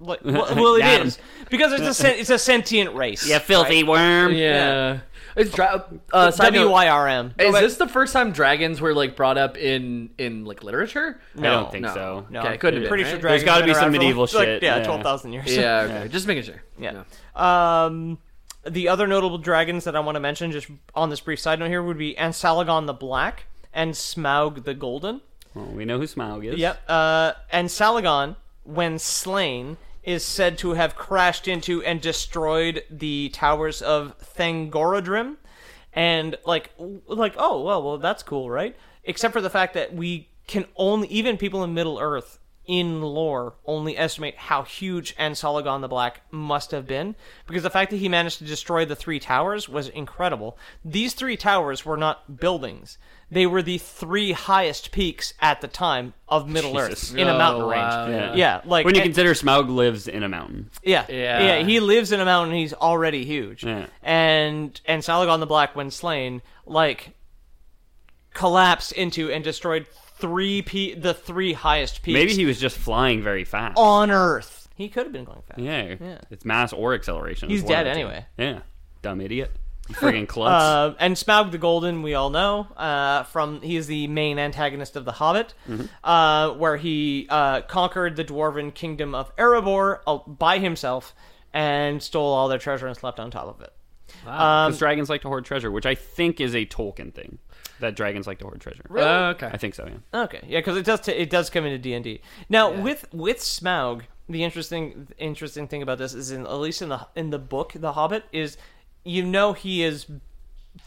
A: Like, well, well, it
B: Got him.
A: is because it's a sen- it's a sentient race.
B: you filthy worm.
C: yeah, it's dra- uh, side note-
A: W Y R M.
C: Is this the first time dragons were like brought up in in like literature?
B: I don't think
C: no,
B: so.
A: No,
C: Okay, couldn't have
A: I'm
C: been,
A: pretty
C: right?
A: sure
C: There's
A: dragons.
B: gotta
A: have
B: be
A: been
B: some
A: around for,
B: medieval
A: like,
B: shit,
A: yeah,
B: yeah.
A: twelve thousand years.
C: Yeah, okay. just making sure.
A: Yeah. Um, the other notable dragons that I want to mention, just on this brief side note here, would be Ansalagon the Black and Smaug the Golden.
B: Well, we know who Smaug is.
A: Yep. Uh, and Salagon, when slain, is said to have crashed into and destroyed the towers of Thangorodrim, and like, w- like, oh well, well that's cool, right? Except for the fact that we can only, even people in Middle Earth in lore, only estimate how huge Ansalagon the Black must have been, because the fact that he managed to destroy the three towers was incredible. These three towers were not buildings; they were the three highest peaks at the time of Middle
B: Jesus.
A: Earth in a mountain
C: Oh, wow.
A: range. Yeah, like
B: when you
A: and-
B: consider Smaug lives in a mountain.
A: yeah.
C: Yeah.
A: He lives in a mountain. He's already huge.
B: Yeah.
A: And and Salagon the Black, when slain, like collapsed into and destroyed three pe- the three highest peaks
B: Maybe he was just flying very fast.
A: on Earth. He could have been going fast.
B: yeah. It's mass or acceleration.
A: He's
B: It's one of
A: dead
B: the two.
A: anyway.
B: Yeah. Dumb idiot. You
A: [laughs]
B: friggin' klutz.
A: Uh, and Smaug the Golden, we all know uh, from he is the main antagonist of The Hobbit,
B: Mm-hmm.
A: uh, where he uh, conquered the dwarven kingdom of Erebor uh, by himself and stole all their treasure and slept on top of it. Um,
B: Because dragons like to hoard treasure, which I think is a Tolkien thing. That dragons like to hoard treasure.
C: Oh, okay.
B: I think so. Yeah.
A: Okay, yeah, because it does t- it does come into D and D. Now with with Smaug, the interesting interesting thing about this is in at least in the in the book The Hobbit is you know he is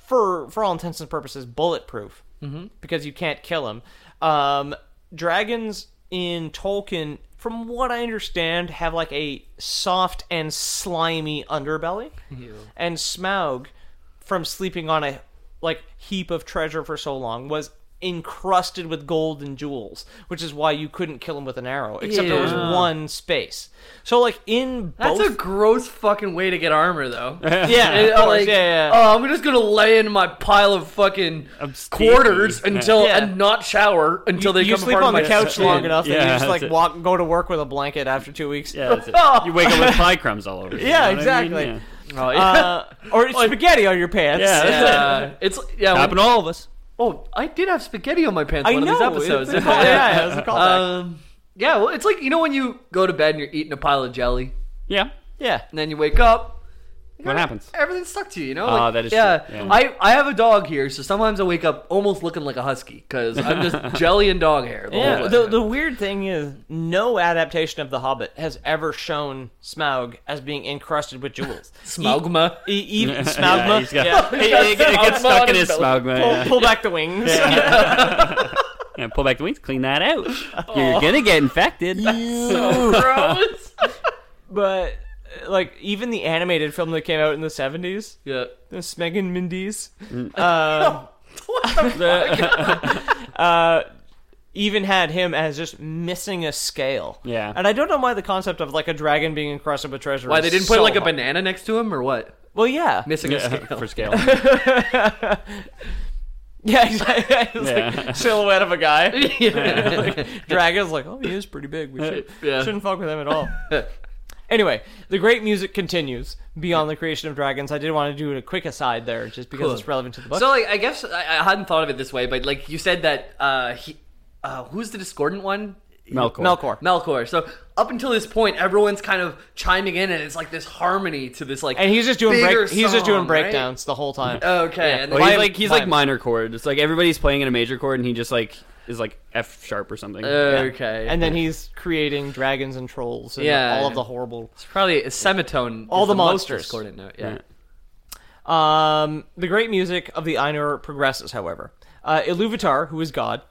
A: for for all intents and purposes bulletproof mm-hmm. because you can't kill him. Um, dragons in Tolkien, from what I understand, have like a soft and slimy underbelly, and Smaug, from sleeping on a like heap of treasure for so long, was encrusted with gold and jewels, which is why you couldn't kill him with an arrow, except there was
C: Yeah.
A: one space. So like in
C: That's
A: both,
C: a gross fucking way to get armor, though. [laughs] yeah,
A: yeah, [laughs] of course, yeah, yeah.
C: Oh, I'm just gonna lay in my pile of fucking
B: Obscenity.
C: quarters until
A: Yeah.
C: and not shower until they
A: you
C: come
A: sleep
C: apart
A: on the
C: my
A: couch
C: skin.
A: long enough that
B: Yeah,
A: you just
B: that's
A: like
B: it.
A: walk go to work with a blanket after two weeks.
B: Yeah,
A: [laughs]
B: that's it. You wake up with pie crumbs all over you. you
A: Yeah,
B: know what I mean?
A: exactly.
B: Yeah.
C: Oh, yeah.
A: [laughs] Uh, or it's spaghetti on your pants. [laughs]
B: Yeah, that's it.
C: Yeah, [laughs] it's yeah.
B: Happen
C: when-
B: to all of us.
C: oh, I did have spaghetti on my pants.
A: I
C: one
A: know.
C: of these episodes. [laughs]
A: It's a call- yeah, it was a [laughs] callback.
C: Um, yeah, well, it's like you know when you go to bed and you're eating a pile of jelly,
B: Yeah.
A: yeah.
C: and then you wake up,
B: What happens?
C: everything's stuck to you. You know?
B: Ah,
C: Like,
B: that is
C: yeah,
B: true, yeah.
C: I I have a dog here, so sometimes I wake up almost looking like a husky because I'm
A: [laughs]
C: just jelly and dog hair. the whole
A: Yeah,
C: way.
A: the, the weird thing is, no adaptation of The Hobbit has ever shown Smaug as being encrusted with [laughs] jewels.
C: [laughs] Smaugma.
A: E- e- even
B: [laughs] Yeah,
A: Smaugma. [laughs]
B: he's
A: Yeah,
B: got- It, [laughs] it- it gets stuck in his smog, man.
A: Pull,
B: Yeah.
A: pull back the wings.
B: Yeah, pull back the wings, clean that
A: [laughs]
B: out.
A: Oh.
B: You're gonna get infected.
C: gross.
A: But uh, like even the animated film that came out in the seventies,
C: [laughs] yeah.
A: the Smeg and Mindy's, [laughs]
C: Mm.
A: Um, Uh, even had him as just missing a scale.
B: Yeah.
A: and I don't know why the concept of like a dragon being encrusted with treasure.
C: Why
A: is
C: they didn't put
A: so
C: like a
A: hot.
C: banana next to him or what?
A: Well, yeah,
C: Missing a
B: [laughs] Yeah,
C: scale.
B: for
C: [laughs]
A: [laughs]
B: scale.
A: yeah, exactly. It's
B: Yeah.
A: like [laughs] silhouette of a guy.
B: [laughs]
C: yeah.
A: Dragon's [laughs] like, oh, he is pretty big. We should,
C: [laughs] Yeah.
A: shouldn't fuck with him at
C: [laughs]
A: all. anyway, the great music continues beyond the creation of dragons. I did want to do a quick aside there, just because
C: Cool.
A: it's relevant to the book.
C: So like I guess I, I hadn't thought of it this way, but like you said that uh he uh who's the discordant one?
B: Melkor.
A: Melkor.
C: Melkor. So up until this point, everyone's kind of chiming in, and it's like this harmony to this like.
A: and he's just doing
C: bigger
A: break, he's just doing
C: song, right?
A: breakdowns the whole time.
C: Okay, and then
B: Well, Oh, he's
C: why-
B: like he's
A: Mime.
B: like minor chord. It's like everybody's playing in a major chord, and he just like is like F sharp or something.
A: Uh,
C: okay,
A: and then he's creating dragons and trolls and
C: Yeah.
A: all of the horrible
C: it's probably a semitone.
A: All
C: is
A: the
C: most
A: monsters.
C: discordant note. Yeah.
B: Yeah.
A: Um, the great music of the Ainur progresses, however. Uh, Iluvatar, who is God,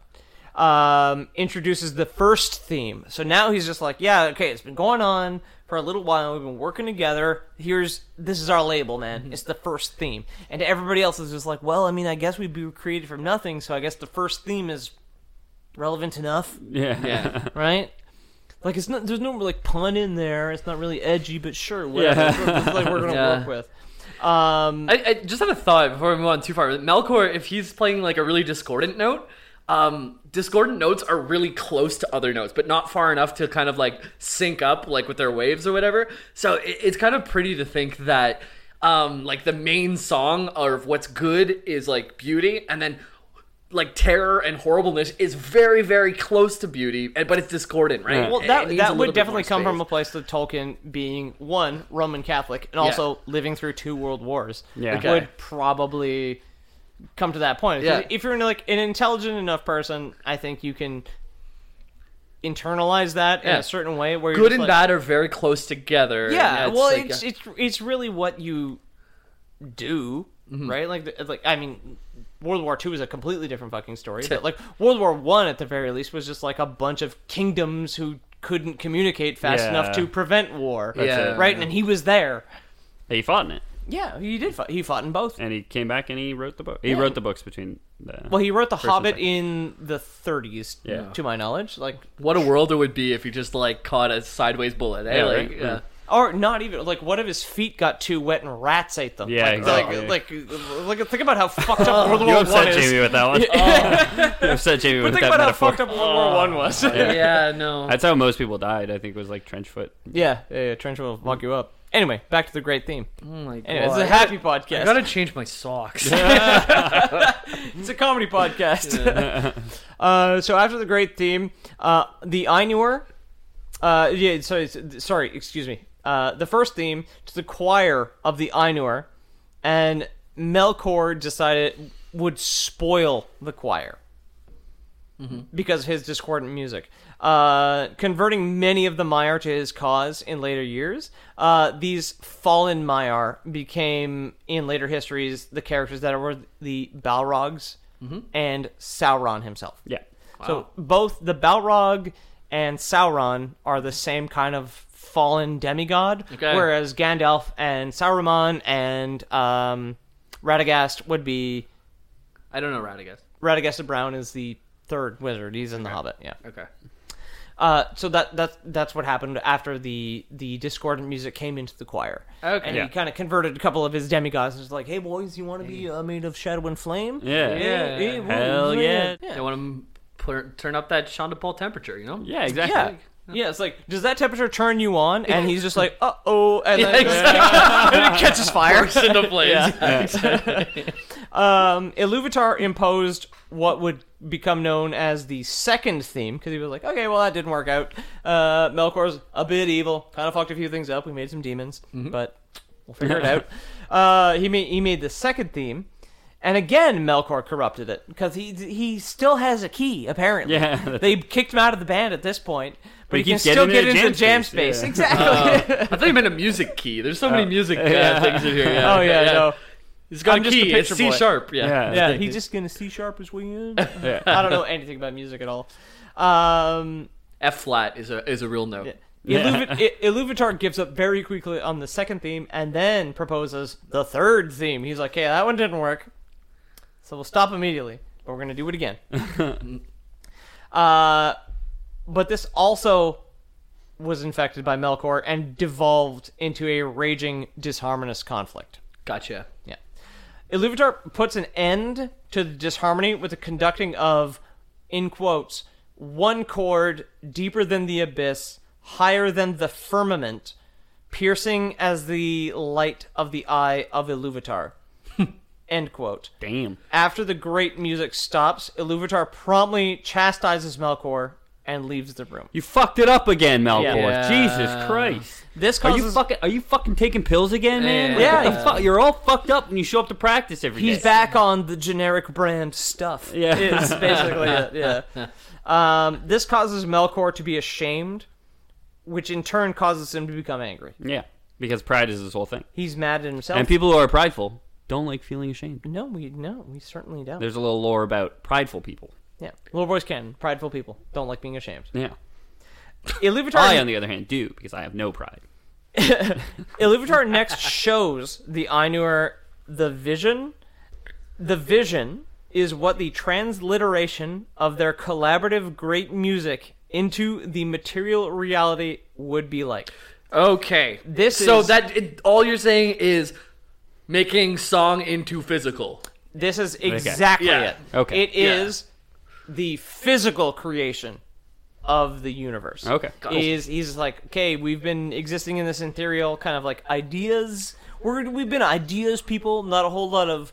A: um, introduces the first theme. So now he's just like, yeah, okay, it's been going on for a little while. We've been working together. Here's this is our label, man. It's the first theme, and everybody else is just like, well, I mean, I guess we'd be created from nothing, so I guess the first theme is relevant enough,
B: Yeah.
A: [laughs]
C: Yeah.
A: right? Like it's not there's no like pun in there. It's not really edgy, but sure, whatever.
B: Yeah.
A: It's what- it's like we're gonna
C: Yeah.
A: work with. Um,
C: I, I just had a thought before we move on too far. Melkor, if he's playing like a really discordant note, um, discordant notes are really close to other notes, but not far enough to kind of like sync up like with their waves or whatever. So it, it's kind of pretty to think that um, like the main song of what's good is like beauty, and then like terror and horribleness is very very close to beauty, and- but it's discordant, right?
A: Well,
C: It- it
A: that,
C: needs a
A: that
C: little
A: would
C: bit more
A: definitely come
C: space.
A: from a place of Tolkien being one Roman Catholic and also living through two world wars.
B: Yeah.
A: It
B: Okay.
A: would probably come to that point. 'Cause
C: Yeah.
A: If you're like an intelligent enough person, I think you can internalize that in
C: Yeah.
A: a certain way where you're
C: Good
A: just
C: and
A: like,
C: bad are very close together. and
A: Yeah,
C: it's
A: well,
C: like
A: it's,
B: uh,
C: a-
A: it's it's really what you do,
B: Mm-hmm.
A: right? Like the- like I mean, World War II is a completely different fucking story,
B: [laughs]
A: but like World War One at the very least was just like a bunch of kingdoms who couldn't communicate fast
B: Yeah.
A: enough to prevent war,
C: Yeah. it.
A: right? And he was there.
B: [laughs] He fought in it,
A: Yeah, he did. Fight. He fought in both.
B: and he came back and he wrote the book. He wrote the books between the.
A: well, he wrote The
B: First and
A: Hobbit
B: second.
A: in the 30s,
B: Yeah.
A: to my knowledge. Like,
C: what a world it would be if you just like caught a sideways bullet. eh?
B: Yeah,
C: like,
B: right?
A: uh,
C: yeah.
B: Yeah.
A: or not even like what if his feet got too wet and rats ate them?
B: Yeah,
A: like,
B: exactly.
A: Like, like, like, think about how fucked
B: [laughs]
A: up World
B: you
A: War One
B: upset
A: is.
B: Jamie with
A: [laughs]
B: that one. Oh. [laughs] you upset Jamie with
A: think
B: that
A: about how
B: metaphor. Oh.
A: fucked up World War One was. [laughs] Yeah,
C: [laughs] yeah, no.
B: That's how most people died. I think was like trench foot.
A: yeah, yeah, Trench will fuck you up. Anyway, back to the great theme.
C: Oh my
A: Anyway, it's
C: God.
A: a happy
C: I
A: podcast.
C: gotta change
A: [laughs]
C: my socks.
A: It's a comedy podcast. uh, so after the great theme, uh, the Ainur. Uh, yeah, so it's, sorry, excuse me. Uh, the first theme to the choir of the Ainur, and Melkor decided would spoil the choir because of his discordant music, uh, converting many of the Maiar to his cause in later years. Uh, these fallen Maiar became, in later histories, the characters that were the Balrogs and Sauron himself.
B: Yeah.
A: So both the Balrog and Sauron are the same kind of fallen demigod,
C: Okay.
A: whereas Gandalf and Saruman and um, Radagast would be
C: I don't know Radagast.
A: Radagast the Brown is the third wizard. He's in the Hobbit. Yeah.
C: Okay.
A: Uh, so that that's that's what happened after the the discordant music came into the choir.
C: Okay.
A: And
C: Yeah.
A: he kind of converted a couple of his demigods and was like, "Hey boys, you want to be uh, made of shadow and flame?
B: Yeah.
C: Yeah.
A: Hey, boys,
B: Hell yeah.
C: I want to put, turn up that Sean DePaul temperature, you know?
B: Yeah. Exactly.
A: Yeah. Yeah, it's like, does that temperature turn you on? And he's just like, uh oh, [laughs] and then and it catches fire.
C: [laughs] Into place.
A: Um, Iluvatar imposed what would become known as the second theme because he was like, okay, well that didn't work out. Uh, Melkor's a bit evil, kind of fucked a few things up. We made some demons,
B: Mm-hmm.
A: but we'll figure it out. Uh, he made he made the second theme, and again Melkor corrupted it because he he still has a key apparently.
B: Yeah,
A: [laughs]
B: that's-
A: they kicked him out of the band at this point, but, he,
B: he
A: can
B: keeps getting
A: still get
B: into
A: into the jam
B: jam space,
A: space.
B: yeah. [laughs]
A: Exactly.
C: I thought you meant a music key. There's so many music uh, things in here. Yeah.
A: oh yeah, no.
C: He's got
A: I'm
C: a
A: just a
C: key. It's
A: picture
C: C
A: boy.
C: sharp. Yeah.
B: Yeah.
A: Yeah, he's just gonna C sharp his way [laughs] in.
B: Yeah.
A: I don't know anything about music at all. Um,
C: F flat is a is a real note.
A: Illuvi- I- Iluvatar gives up very quickly on the second theme and then proposes the third theme. He's like, hey, that one didn't work. So we'll stop immediately, but we're going to do it again. uh, but this also was infected by Melkor and devolved into a raging, disharmonious conflict.
C: Gotcha.
A: Yeah. Iluvatar puts an end to the disharmony with the conducting of, in quotes, one chord deeper than the abyss, higher than the firmament, piercing as the light of the eye of
B: [laughs]
A: Iluvatar. end quote.
B: Damn.
A: After the great music stops, Iluvatar promptly chastises Melkor and leaves the room.
B: You fucked it up again, Melkor.
A: Yeah.
B: Jesus Christ.
A: This
B: Are you
A: causes
B: fucking Are you fucking taking pills again, man?
C: Yeah.
B: Like, what the fuck? You're all fucked up when you show up to practice every day.
A: He's back on the generic brand stuff.
B: Yeah.
A: It's basically it.
B: [laughs]
A: Yeah. Um, this causes Melkor to be ashamed, which in turn causes him to become angry.
B: Yeah, because pride is his whole thing.
A: He's mad at himself.
B: And people who are prideful don't like feeling ashamed.
A: no, we no, we certainly don't.
B: There's a little lore about prideful people.
A: Yeah. Little boys can. Prideful people don't like being
B: [laughs]
A: ashamed.
B: Yeah.
A: Iluvatar
B: I, on the other hand, do because I have no pride.
A: Iluvatar next shows the Ainur the vision. The vision is what the transliteration of their collaborative great music into the material reality would be like.
C: Okay.
A: This
C: so
A: is-
C: that it, all you're saying is making song into physical.
A: This is exactly
C: Yeah.
A: it.
B: Okay.
A: It is the physical creation of the universe.
B: Okay. Cool.
A: Is he's like, okay, we've been existing in this ethereal kind of like ideas. We're we've been ideas people, not a whole lot of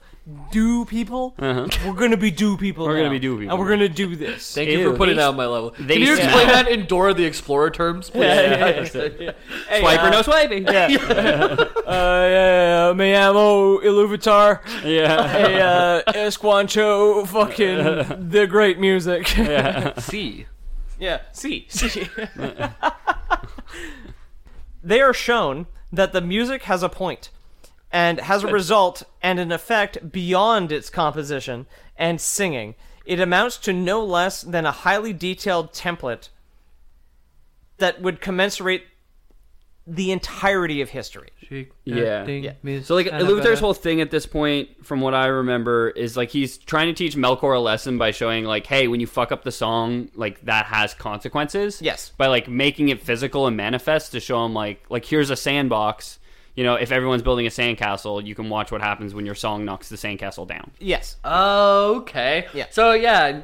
A: do people. We're gonna be do people.
B: Uh-huh. We're gonna
A: now,
B: be do people.
A: And we're gonna do this.
C: Thank you
B: Ew.
C: for putting it out my level.
B: They
C: Can you
B: said-
C: explain that in Dora the Explorer terms, please?
B: [laughs]
A: Hey,
B: Swipe or
A: uh,
B: no swiping.
C: [laughs]
A: Yeah. uh, yeah, me amo
B: [laughs]
A: Iluvatar.
B: yeah.
A: Hey, uh, Esquancho,
B: [laughs]
A: fucking the great music. Yeah.
C: C.
A: Yeah, see, see. they are shown that the music has a point and has a result and an effect beyond its composition and singing. It amounts to no less than a highly detailed template that would commensurate the entirety of history.
B: Yeah.
C: yeah.
B: So like Luther's whole thing at this point, from what I remember, is like he's trying to teach Melkor a lesson by showing like, hey, when you fuck up the song, like that has consequences.
A: Yes.
B: By like making it physical and manifest to show him like like here's a sandbox. You know, if everyone's building a sandcastle, you can watch what happens when your song knocks the sandcastle down.
A: Yes.
C: Oh, okay.
A: Yeah.
C: So yeah,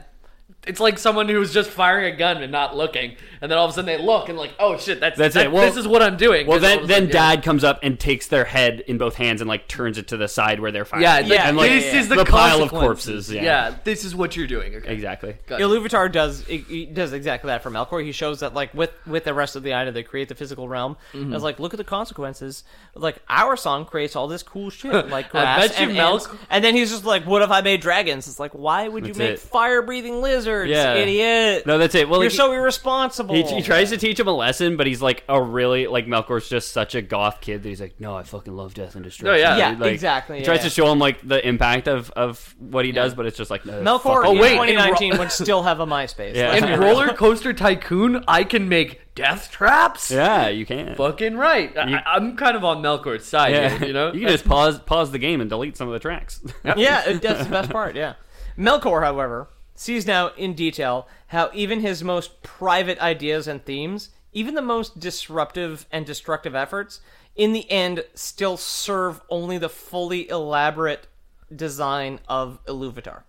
C: it's like someone who's just firing a gun and not looking, and then all of a sudden they look and like, oh shit, that's
B: That's
C: that-
B: it. Well-
C: this is what I'm doing.
B: Well,
C: And all
B: then
C: of a
B: then
C: sudden, yeah.
B: Dad comes up and takes their head in both hands and like turns it to the side where they're firing.
C: Yeah, th-
A: Yeah,
B: and like
C: this is the,
B: pile of
C: consequences.
B: corpses.
C: Yeah.
B: Yeah,
C: this is what you're doing. Okay.
B: exactly.
C: Got it.
A: Iluvatar does he- he does exactly that for Melkor. He shows that like with with the rest of the item, they create the physical realm.
B: Mm-hmm.
A: As like, look at the consequences. Like our song creates all this cool
B: [laughs]
A: shit, like grass
C: bet you
A: and
C: Melk-
A: ants. And then he's just like, "What if I made dragons?" It's like, why would you
B: That's
A: make
B: it.
A: fire breathing lizards,
B: Yeah.
A: idiot?
B: No, that's it. Well,
A: You're
B: like,
A: so irresponsible.
B: He, he tries to teach him a lesson, but he's like a really like Melkor's just such a goth kid that he's like, no, I fucking love death and destruction.
C: yeah.
A: Yeah,
B: Like,
A: exactly,
B: He
A: yeah,
B: tries
A: yeah.
B: to show him like the impact of of what he does, but it's just like no,
A: Melkor
B: fuck
A: in
B: off.
C: wait, in
A: 2019
C: Ro-
A: would still have a MySpace.
B: Oh, Yeah.
A: Like, [laughs]
C: In Roller Coaster Tycoon, I can make death traps.
B: yeah, you can.
C: Fucking right. I, I'm kind of on Melkor's side
B: yeah,
C: here. You
B: [laughs]
C: know.
B: you can just pause pause the game and delete some of the tracks.
A: [laughs] yeah, that's the best part. Yeah, Melkor, however, sees now in detail how even his most private ideas and themes, even the most disruptive and destructive efforts, in the end still serve only the fully elaborate design of Iluvatar.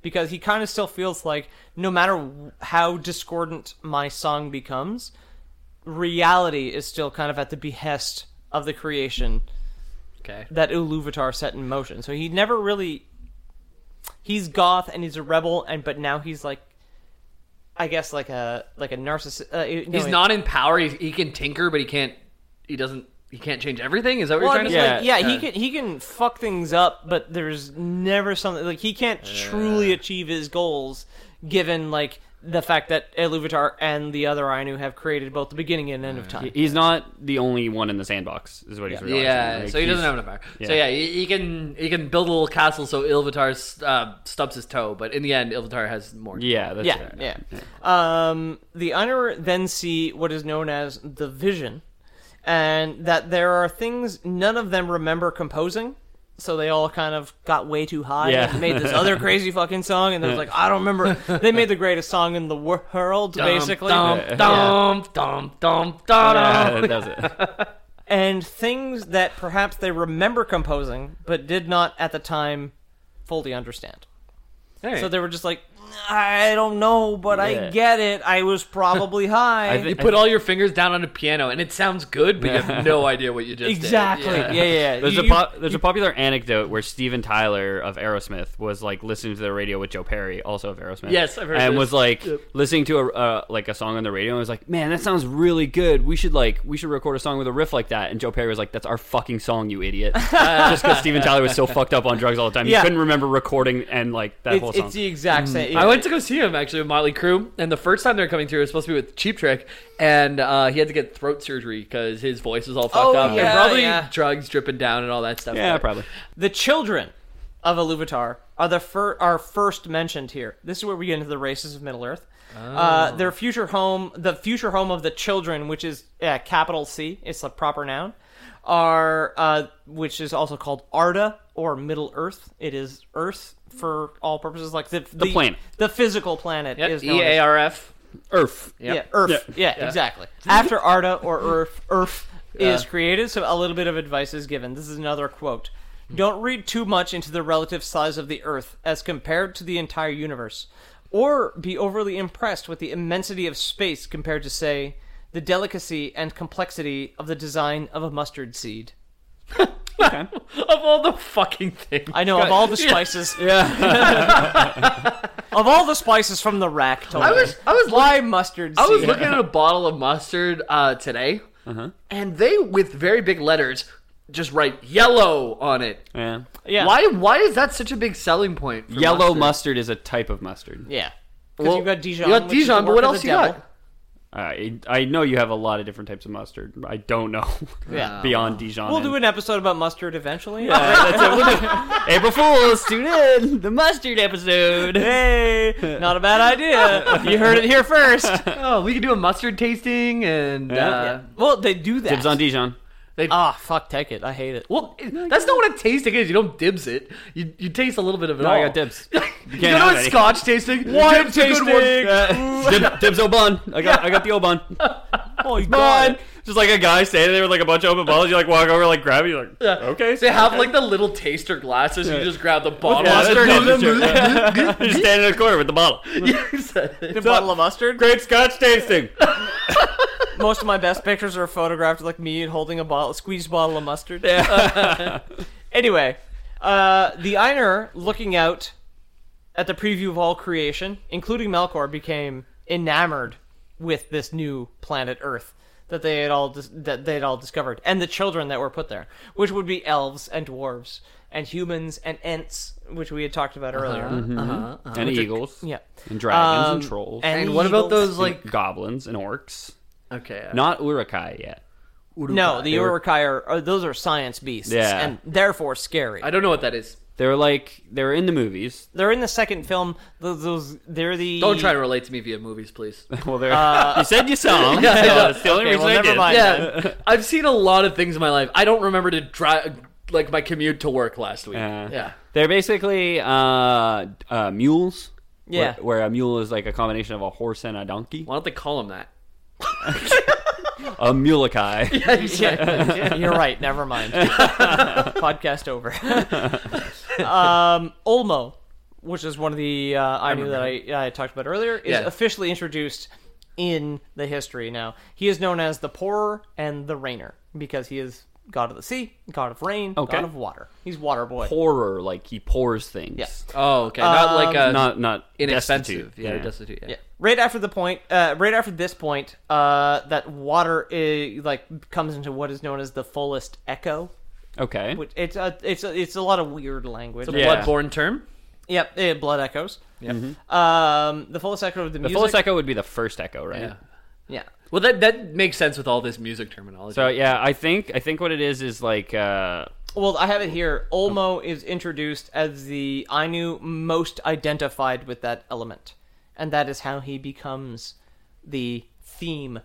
A: Because he kind of still feels like no matter w- how discordant my song becomes, reality is still kind of at the behest of the creation
C: okay.
A: that Iluvatar set in motion. So he never really he's goth and he's a rebel and but now he's like I guess like a like a narcissist uh, no,
C: He's not in power. He, he can tinker, but he can't. He doesn't. He can't change everything. Is that what
A: well, I'm
C: you're trying
A: just
C: to say?
A: like, yeah, he can he can fuck things up, but there's never something like he can't truly achieve his goals given like the fact that Iluvatar and the other Ainu have created both the beginning and end of time.
B: [laughs] he's not the only one in the sandbox, is what he's realizing.
C: Yeah,
B: Like,
C: so he doesn't
B: he's-
C: have enough power. So yeah, he, he can he can build a little castle so Ilvatar uh, stubs his toe, but in the end, Ilvatar has more.
B: Yeah, that's
A: Yeah,
B: it.
A: yeah. Um, the Unner then see what is known as the vision, and that there are things none of them remember composing. So they all kind of got way too high
B: Yeah.
A: and made this other crazy fucking song, and they was like, I don't remember. They made the greatest song in the world,
C: Dum,
A: basically.
C: dum, dum, dum, dum, dum,
B: Yeah,
C: dum.
A: Oh.
B: [laughs] that does it.
A: And things that perhaps they remember composing, but did not at the time fully understand.
C: Hey.
A: So they were just like, I don't know, but I
B: Yeah.
A: get it. I was probably high.
B: I
C: you
B: think
C: put all your fingers down on a piano, and it sounds good, but you have no idea what you just
A: Exactly.
C: did.
A: Yeah, yeah. yeah.
B: There's
A: You-
B: a pop, there's a popular anecdote where Steven Tyler of Aerosmith was like listening to the radio with Joe Perry, also of Aerosmith.
C: Yes, I've heard
B: And
C: this.
B: was like listening to a uh, like a song on the radio and was like, "Man, that sounds really good. We should like we should record a song with a riff like that." And Joe Perry was like, "That's our fucking song,
A: [laughs]
B: you idiot." Just because Steven Tyler was so fucked up on drugs all the time,
A: Yeah.
B: he couldn't remember recording and like that
A: it's,
B: whole
A: it's
B: song.
A: the exact same.
C: I went to go see him actually with Motley Crue, and the first time they were coming through, it was supposed to be with Cheap Trick, and uh, he had to get throat surgery because his voice was all fucked
A: Oh,
C: up, and
A: yeah,
C: probably
A: yeah.
C: drugs dripping down and all that stuff.
B: yeah,
C: But-
B: probably.
A: the children of Iluvatar are the fir- are first mentioned here. This is where we get into the races of Middle Earth. Uh, their future home, the future home of the children, which is uh, capital C, it's the proper noun, are uh, which is also called Arda or Middle Earth. It is Earth for all purposes, like the the,
B: planet.
A: the physical planet
C: Yep, E
A: is known as
C: E-A-R-F.
B: Earth.
A: Yeah, Earth. Yeah, exactly. [laughs] After Arda
C: [laughs]
A: or Earth, Earth is
C: Yeah.
A: created, so a little bit of advice is given. This is another quote. Don't read too much into the relative size of the Earth as compared to the entire universe, or be overly impressed with the immensity of space compared to, say, the delicacy and complexity of the design of a mustard seed.
B: Okay.
C: of all the fucking things.
A: I know of
C: [laughs]
A: all the spices,
B: Yeah.
A: [laughs] of all the spices from the rack. Totally.
C: I was- I was
A: why mustard?
C: I was
A: seed?
C: looking at a bottle of mustard uh, today,
B: Uh-huh.
C: and they, with very big letters, just write yellow on it.
B: yeah.
A: [laughs] Yeah.
C: Why? Why is that such a big selling point? For
B: Yellow mustard.
C: mustard.
B: is a type of mustard.
A: Yeah. Because
C: Well,
A: you got Dijon.
C: You got
A: which is the
C: Dijon, but
A: work
C: what
A: of
C: else
A: the
C: you
A: devil.
C: got?
B: I I know you have a lot of different types of mustard. I don't know.
A: Yeah.
B: [laughs] Beyond Dijon.
A: We'll do an
B: and-
A: episode about mustard eventually.
B: Uh, that's it. We'll do- April Fools, tune in the mustard episode.
A: Hey, [laughs] not a bad idea. You heard it here first.
C: [laughs] Oh, we could do a mustard tasting, and
B: Yeah.
C: uh,
A: Well, they do that.
B: Dibs on Dijon.
C: they.
A: Ah, fuck, take it. I hate it.
C: well, that's not what a tasting is. You don't dibs it. You, you taste a little bit of it
B: No,
C: all.
B: I got dibs.
C: [laughs] you
B: can't
C: know
B: have
C: what
B: any.
C: scotch tasting?
A: Wine
C: Dib's a good one.
A: tasting.
B: Uh, dib, dibs Oban. I got I got the
A: [laughs]
B: Oban.
A: Oh, [laughs] you
B: Oban. Just like a guy standing there with like a bunch of open bottles. You like walk over, like grab it. You're like, okay. [laughs]
C: [laughs] They have like the little taster glasses. You just grab the bottle.
B: Yeah, that's
A: Mustard
B: not
A: in
B: the
A: the
B: joke. Yeah.
C: [laughs]
B: You're standing in the corner with the bottle. [laughs]
A: The bottle of mustard.
B: Great Scotch
A: [laughs]
B: tasting.
A: Most of my best pictures are photographed like me holding a bottle, squeezed bottle of mustard. [laughs] anyway, uh, the Einar looking out at the preview of all creation, including Melkor, became enamored with this new planet Earth that they had all dis- that they had all discovered, and the children that were put there, which would be elves and dwarves and humans and ents, which we had talked about earlier.
C: Uh-huh.
B: Mm-hmm. And eagles.
A: Yeah.
B: And dragons
A: Um,
B: and trolls.
C: And what about
A: eagles.
C: those like?
B: goblins and orcs.
C: Okay. uh,
B: Not urukai yet.
A: No, the
B: They were-
A: Urukai are, are those are science beasts,
B: Yeah.
A: and therefore scary.
C: I don't know what that is.
B: They were like they were in the movies. [laughs]
A: They're in the second film. Those, those they're the
C: Don't try to relate to me via
B: [laughs]
C: movies, please.
B: Well, they're
A: Uh,
B: you said you
A: [laughs]
B: saw them.
C: Yeah, I
B: so
C: know.
B: that's the only
A: Okay,
B: reason
A: well,
B: I
A: never mind.
B: did. [laughs]
C: yeah, I've seen a lot of things in my life. I don't remember to drive like my commute to work last week.
B: Yeah.
C: yeah.
B: Uh, They're basically uh, uh, mules.
A: Yeah.
B: Where, where a mule is like a combination of a horse and a donkey.
C: Why don't they call them that? [laughs]
B: [laughs] A mulekai.
A: [laughs] Yeah, You're right. Never mind. Podcast over. um, Olmo, which is one of the uh, I, knew that I, I talked about earlier, is
C: Yeah.
A: officially introduced in the history now. He is known as the Pourer and the Rainer because he is god of the sea, god of rain,
B: Okay.
A: god of water. He's water boy.
B: Pourer, like he pours things.
A: Yes.
C: Oh, okay. Not like a
B: Um, Not not
C: inexpensive.
B: destitute.
C: Yeah, destitute. Yeah.
A: Yeah. Right after the point, uh, right after this point, uh, that water i like comes into what is known as the fullest echo.
B: Okay.
A: Which it's a, it's a, it's a lot of weird language.
C: The
B: Yeah.
C: bloodborne term.
A: Yep, eh, blood echoes. Yeah. Um, the fullest echo of the,
B: Mm-hmm. the
A: music.
B: fullest echo would be the first echo, right?
C: Yeah.
A: Yeah.
C: Well, that that makes sense with all this music terminology.
B: So yeah, I think I think what it is is like uh,
A: Well, I have it here. Olmo is introduced as the Ainu most identified with that element, and that is how he becomes the theme,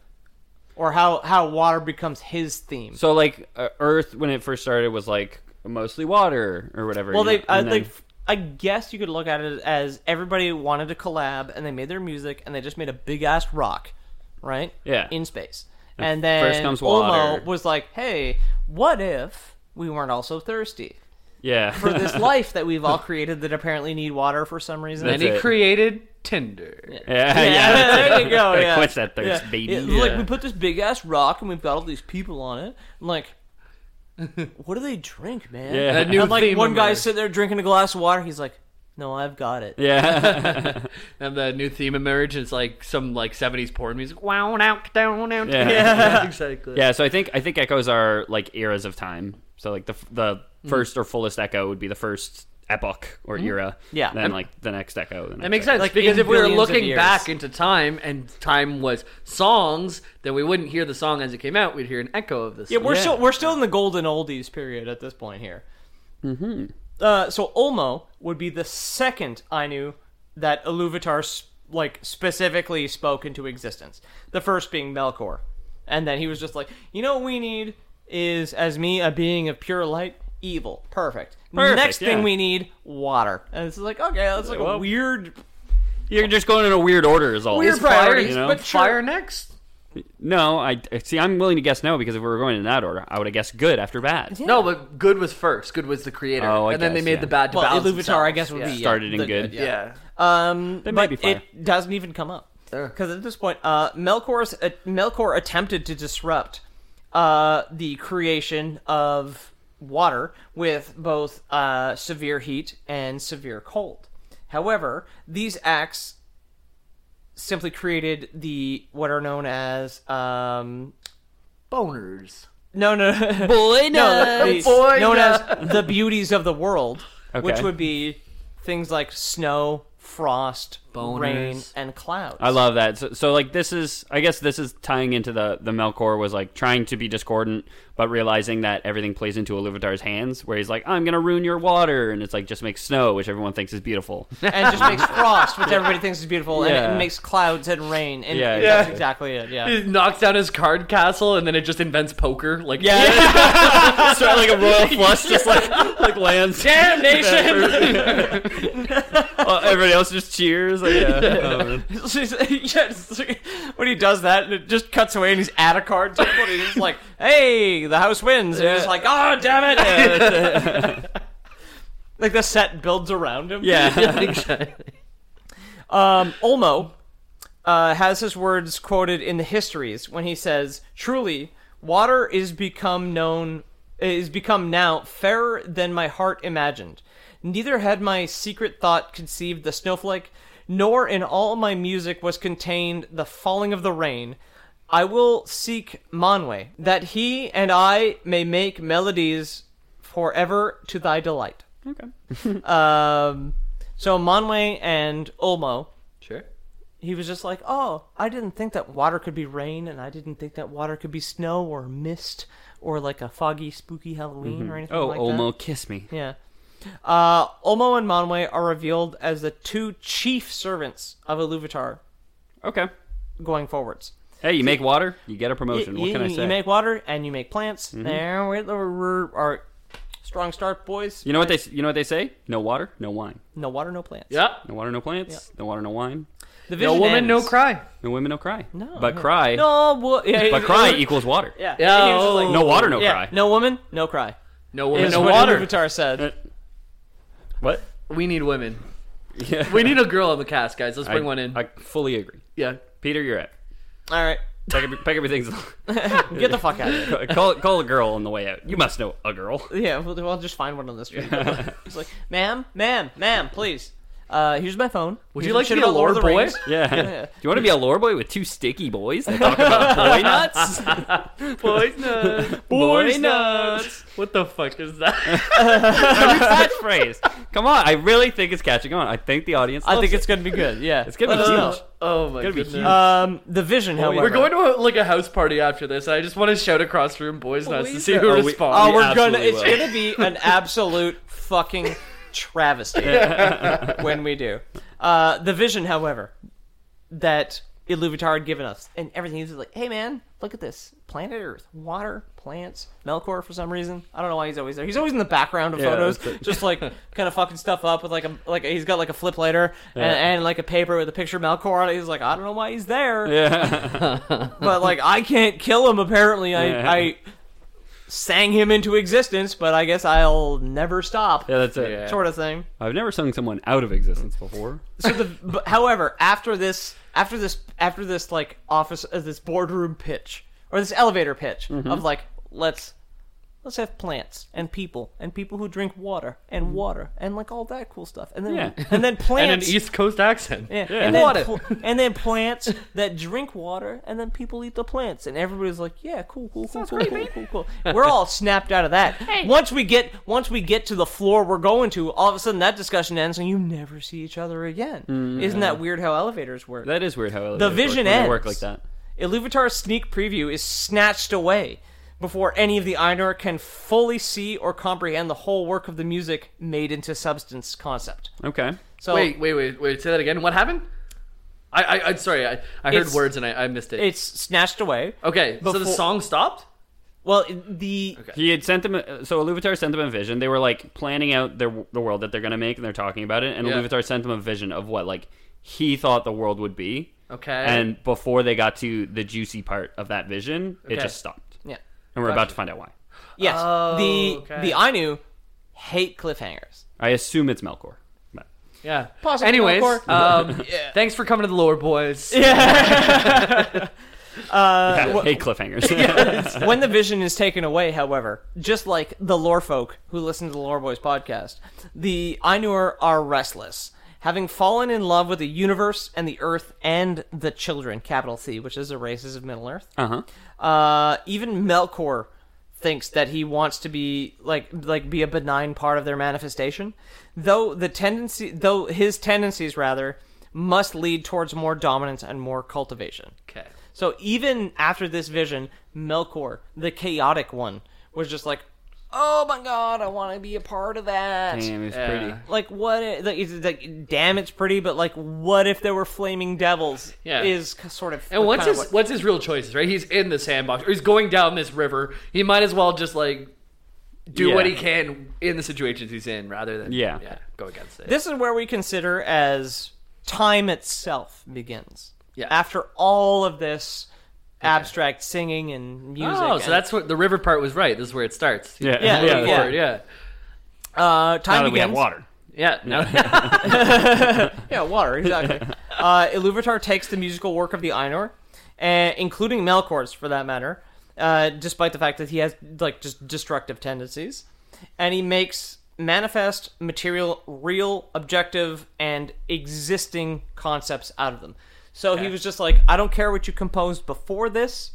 A: or how how water becomes his theme.
B: so like uh, Earth when it first started was like mostly water or whatever.
A: Well,
B: you
A: they
B: know,
A: I,
B: and
A: like
B: then-
A: f- I guess you could look at it as everybody wanted to collab, and they made their music, and they just made a big ass rock, right?
B: Yeah.
A: In space, and then
B: first comes water.
A: Olmo was like, "Hey, what if we weren't also thirsty
B: yeah.
A: for this life that we've all created that apparently need water for some reason?"
C: and
A: [laughs]
B: That's
C: he
B: it.
C: created Tinder. Yeah.
B: [laughs] yeah, yeah,
A: there you go. [laughs]
B: Gotta
A: Yeah.
B: quench that thirst,
A: Yeah.
B: baby.
A: Yeah, Like we put this big ass rock, and we've got all these people on it. And like, [laughs] what do they drink, man?
B: [laughs] Yeah.
C: A new
A: And like
C: theme
A: one guy
C: emerged.
A: sitting there drinking a glass of water. He's like, "No, I've got it."
B: Yeah.
C: And the new theme emerged. It's like some like seventies porn music. Wow, now, down, down. [laughs]
B: Yeah.
C: exactly.
B: Yeah, so I think I think echoes are like eras of time. So like the f- the first or fullest echo would be the first epoch or era.
A: Yeah.
B: Then like the next echo. The
C: That
B: next
C: makes
B: echo.
C: sense
A: Like,
C: because
A: in
C: if we were
A: billions of
C: looking
A: years.
C: back into time and time was songs, then we wouldn't hear the song as it came out. We'd hear an echo of this.
A: Yeah, we're
B: Yeah.
A: still we're still in the golden oldies period at this point here. Mm-hmm. Uh, so Olmo would be the second Ainu that Iluvatar s- like specifically spoke into existence. The first being Melkor, and then he was just like, you know, what we need is as me a being of pure light, evil, perfect.
B: Perfect,
A: Next
B: yeah.
A: thing we need water, and it's like okay, that's like a
B: Well,
A: weird
B: You're just going in a weird order is all.
C: Weird
B: It's fire,
C: priorities,
B: you know?
C: but fire next.
B: No, I see I'm willing to guess no because if we were going in that order, I would have guessed good after bad.
C: No, but good was first. Good was the creator,
B: Oh, I
C: and then they
B: guess,
C: made
B: yeah.
C: the bad to
A: well,
C: balance
A: Iluvatar, I
C: themselves.
A: guess would
C: yeah.
A: be uh, yeah,
B: Started in
A: the
B: good.
C: Yeah.
A: Um,
B: might
A: but
B: be fire.
A: it doesn't even come up because at this point, uh, Melkor's uh, Melkor attempted to disrupt uh, the creation of water with both uh, severe heat and severe cold. However, these acts simply created the what are known as um,
C: Boners.
A: no no
B: Boy,
A: no the,
C: Boy,
A: known
C: no.
A: as the beauties of the world, which
B: Okay.
A: would be things like snow, frost, rain, and clouds.
B: I love that. So, so like this is I guess this is tying into the the Melkor was like trying to be discordant but realizing that everything plays into Iluvatar's hands where he's like I'm going to ruin your water and it's like just make snow which everyone thinks is [laughs] beautiful.
A: and it just [laughs] makes frost, which everybody thinks is beautiful, and
B: Yeah.
A: it makes clouds and rain. And
B: Yeah,
A: that's
B: exactly.
A: exactly it. Yeah.
C: It knocks down his card castle and then it just invents poker. Like
B: so like a
A: [laughs]
B: royal flush just like like lands [laughs]
C: damnation.
B: Oh, everybody else just cheers. Like, yeah. Oh, man.
A: [laughs] yes. When he does that, it just cuts away, and he's at a card table, and he's just like, "Hey, the house wins," and he's like, "Oh, damn it!" [laughs] like the set builds around him.
B: yeah.
A: Um, Olmo uh, has his words quoted in the histories when he says, "Truly, water is become known is become now fairer than my heart imagined. Neither had my secret thought conceived the snowflake, nor in all my music was contained the falling of the rain." I will seek Manwe, that he and I may make melodies forever to thy delight. Um, so Manwe and Olmo,
C: Sure.
A: he was just like, "Oh, I didn't think that water could be rain, and I didn't think that water could be snow or mist or like a foggy, spooky Halloween or anything
B: Oh,
A: like
B: Olmo, kiss me.
A: that." Yeah. Uh, Olmo and Manwe are revealed as the two chief servants of Iluvatar
B: Okay.
A: going forwards.
B: Hey, you make water, you get a
A: Y-
B: promotion. what
A: you,
B: can I say? Mm-hmm.
A: You make water and you make plants. There we are. our Strong start, boys.
B: You know what they you know what they say? No water, no wine.
A: No water, no plants.
C: Yeah.
B: No water, no plants. No water, no wine.
A: The
C: No
A: vision
C: woman, no
A: ends.
C: cry.
B: No women, no cry.
A: No,
B: But
A: yeah.
B: cry.
A: No, wo- yeah,
B: But
A: it-
B: cry
A: it-
B: equals water.
A: Yeah.
C: Yeah,
A: He was just like,
C: oh.
B: No water, no
A: yeah,
B: cry.
A: No woman, no cry.
C: No woman,
A: Is
C: no
A: what
C: water. Uh,
A: Iluvatar said.
B: What?
C: We need women.
B: Yeah. [laughs]
C: We need a girl on the cast, guys. Let's
B: I,
C: bring one in.
B: I fully agree.
C: yeah.
B: Peter, you're it.
A: All right,
B: Pack, every, pack everything's. [laughs]
A: get the fuck out of
C: [laughs]
A: here.
B: call call a girl on the way out. You must know a girl.
A: Yeah, we'll, we'll just find one on the street. [laughs] It's like, ma'am, ma'am, ma'am, please. Uh, here's my phone. Here's
C: Would you
A: some
C: like to
A: shit
C: be a
A: about Lord of
C: lord
A: the
C: boy?
A: Rings. [laughs]
B: Yeah. Do you want to be a lore boy with two sticky boys that talk about [laughs] boy
C: [laughs]
B: nuts?
C: Boy nuts.
B: Boy
C: [laughs] What the fuck is that?
B: Every catchphrase. Come on, I really think it's catching on. I think the audience.
A: I
B: loves
A: think
B: it.
A: it's gonna be good. Yeah,
B: It's gonna be
A: Let us
B: huge.
C: [laughs] oh my
B: Gotta be
C: goodness.
B: huge.
A: know. Um, the vision, however,
C: We're going to uh, like a house party after this, and I just want to shout across room boys nuts to
A: Boys
C: see who
B: Oh, we-
A: Oh,
C: responds.
A: we're
B: We
A: gonna. It's
B: absolutely will.
A: gonna be an
B: [laughs]
A: absolute fucking travesty when we do. Uh, the vision, however, that Iluvatar had given us, and everything he's like, "Hey, man, look at this planet Earth, water, plants, Melkor." For some reason, I don't know why he's always there. He's always in the background of
B: Yeah,
A: photos,
B: that's it.
A: just
B: [laughs]
A: like kind of fucking stuff up with like a like he's got like a flip lighter and, and like a paper with a picture of Melkor. on it. He's like, I don't know why he's there,
B: Yeah.
A: but like I can't kill him. Apparently, I.
B: Yeah.
A: I sang him into existence, but I guess I'll never stop.
B: Yeah, that's it.
C: Yeah.
A: Sort of thing.
B: [laughs] I've never sung someone out of existence before.
A: So the but, however, after this after this after this like office uh, this boardroom pitch or this elevator pitch
B: Mm-hmm.
A: of like let's let's have plants and people and people who drink water and water and like all that cool stuff. And then
B: Yeah. [laughs]
A: and then
C: And an
A: plants
C: East Coast accent.
A: Yeah.
B: Yeah.
A: And, then
C: Water.
A: pl- and then plants that drink water, and then people eat the plants, and everybody's like, "Yeah, cool, cool, cool, cool, cool, cool, cool." We're all snapped out of that. Once we get once we get to the floor we're going to, all of a sudden that discussion ends, and you never see each other again. Isn't that weird how elevators work?
B: That is weird how
A: The
B: elevators
A: vision
B: work, when they
A: ends.
B: work like that.
A: Iluvatar's sneak preview is snatched away before any of the Einor can fully see or comprehend the whole work of the music made into substance concept.
B: Okay.
A: So
C: Wait, wait, wait, wait. Say that again. What happened? I, I, I'm sorry. I, I heard
A: It's-
C: words and I, I missed it.
A: it's snatched away.
C: okay, so the
A: before-
C: song stopped.
A: Well, the
B: He had sent them. uh, So Iluvatar sent them a vision. They were like planning out their the world that they're gonna make, and they're talking about it. And
C: Yeah.
B: Iluvatar sent them a vision of what like he thought the world would be.
C: Okay.
B: And before they got to the juicy part of that vision, it
C: Okay.
B: just stopped.
A: yeah.
B: And we're about to find out why.
A: Yes. the
C: okay.
A: the Ainu hate cliffhangers. [laughs]
B: I assume it's Melkor. But-
C: Yeah.
A: Possibly
C: Anyways, [laughs]
A: Melkor.
C: um, thanks for coming to the lore, boys.
B: Uh, yeah, hate cliffhangers.
A: when the vision is taken away, however, just like the lore folk who listen to the Lore Boys podcast, the Ainur are restless, having fallen in love with the universe and the earth and the children, capital C, which is the races of Middle Earth.
B: Uh-huh.
A: Uh, even Melkor thinks that he wants to be like like be a benign part of their manifestation, though the tendency though his tendencies rather must lead towards more dominance and more cultivation.
C: Okay.
A: So even after this vision, Melkor, the chaotic one, was just like, "Oh my god, I want to be a part of that."
B: Damn, it's
C: Yeah.
B: pretty.
A: Like what? i- Like, it's like, damn, it's pretty, but like, what if there were flaming devils?
C: Yeah.
A: is c- sort of.
C: And what's
A: kinda
C: his what's his real choices, right? He's in the sandbox, or he's going down this river. He might as well just like do
B: Yeah.
C: what he can in the situations he's in, rather than
B: Yeah.
C: go against it.
A: This is where we consider as time itself begins.
C: Yeah.
A: After all of this abstract singing and music.
C: oh, so
A: and-
C: that's what the river part was right. This is where it starts.
B: Yeah,
A: Yeah,
B: yeah.
A: yeah.
C: Forward, yeah,
A: uh,
B: Now
A: time
B: that
A: begins.
B: we have water.
C: yeah. No, [laughs]
A: [laughs] Yeah, water,
B: [laughs]
A: exactly. uh, Iluvatar takes the musical work of the Ainur, uh, including Melkor's for that matter, uh, despite the fact that he has like just destructive tendencies, and he makes manifest, material, real, objective, and existing concepts out of them. So he was just like, I don't care what you composed before this.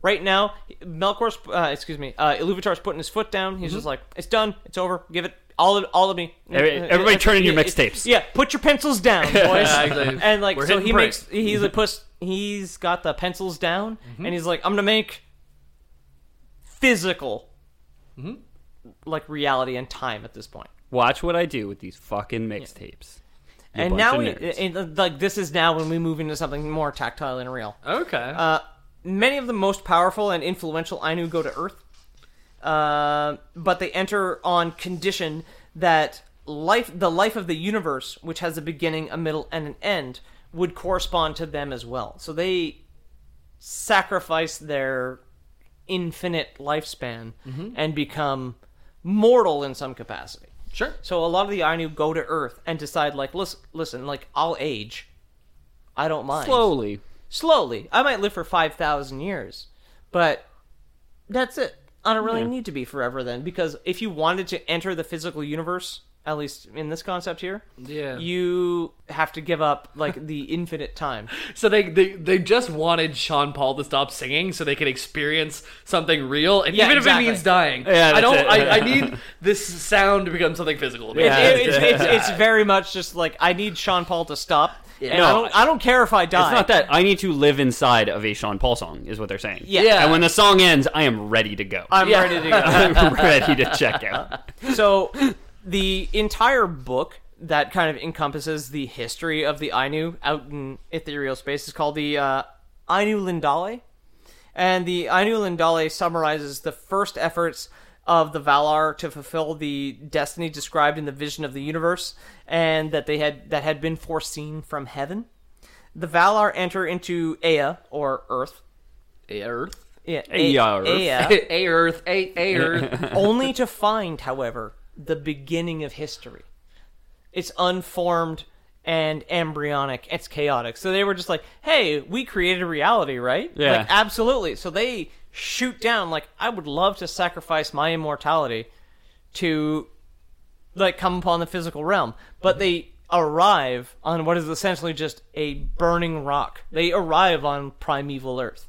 A: Right now, Melkor's, uh, excuse me, uh, Iluvatar's putting his foot down. He's just like, it's done, it's over, give it all of, all of me.
B: Mm-hmm. Every- everybody turn in your
A: Yeah,
B: mixtapes.
A: Yeah, put your pencils
B: [laughs]
A: down, boys.
C: Yeah, exactly.
A: [laughs] And like,
C: We're
A: so
C: hitting
A: he
C: print.
A: makes he's like puts he's got the pencils down,
B: Mm-hmm.
A: and he's like, I'm gonna make physical,
B: Mm-hmm.
A: like reality and time at this point.
B: Watch what I do with these fucking mixtapes. You
A: and
B: bunch
A: now,
B: of
A: we,
B: nerds.
A: and, uh, like, this is now when we move into something more tactile and real.
C: okay.
A: Uh, many of the most powerful and influential Ainu go to Earth, uh, but they enter on condition that life, the life of the universe, which has a beginning, a middle, and an end, would correspond to them as well. So they sacrifice their infinite lifespan and become mortal in some capacity.
C: sure.
A: So a lot of the Ainu go to Earth and decide, like, listen, listen, like I'll age, I don't mind
B: slowly.
A: slowly. I might live for 5,000 years, but that's it. I don't really need to be forever then, because if you wanted to enter the physical universe, at least in this concept here,
C: Yeah.
A: you have to give up like the infinite
B: [laughs]
A: time.
C: So they, they they just wanted Sean Paul to stop singing so they could experience something real, and
A: Yeah,
C: even
A: exactly.
C: if it means dying,
B: Yeah,
C: I don't.
B: that's it. [laughs]
C: I, I need this sound to become something physical.
B: Yeah.
A: It- it's, it's, it's very much just like I need Sean Paul to stop. And I
B: No.
A: don't I don't care if I die.
B: It's not that I need to live inside of a Sean Paul song, is what they're saying.
A: Yeah. Yeah.
B: And when the song ends, I am ready to go.
A: I'm ready to go.
B: [laughs] I'm ready to check out.
A: so the entire book that kind of encompasses the history of the Ainu out in ethereal space is called the uh, Ainu Lindale, and the Ainu Lindale summarizes the first efforts of the Valar to fulfill the destiny described in the vision of the universe, and that they had that had been foreseen from heaven. The Valar enter into Ea or Earth.
C: A Earth,
A: Yeah,
B: Ea, Earth. [laughs]
A: Ea
C: [laughs] A Earth, A A Earth.
A: [laughs] only to find, however, the beginning of history. It's unformed and embryonic. It's chaotic. So they were just like, "Hey, we created reality, right?
B: Yeah.
A: like, absolutely." So they shoot down like, "I would love to sacrifice my immortality to like come upon the physical realm," but they arrive on what is essentially just a burning rock. They arrive on primeval Earth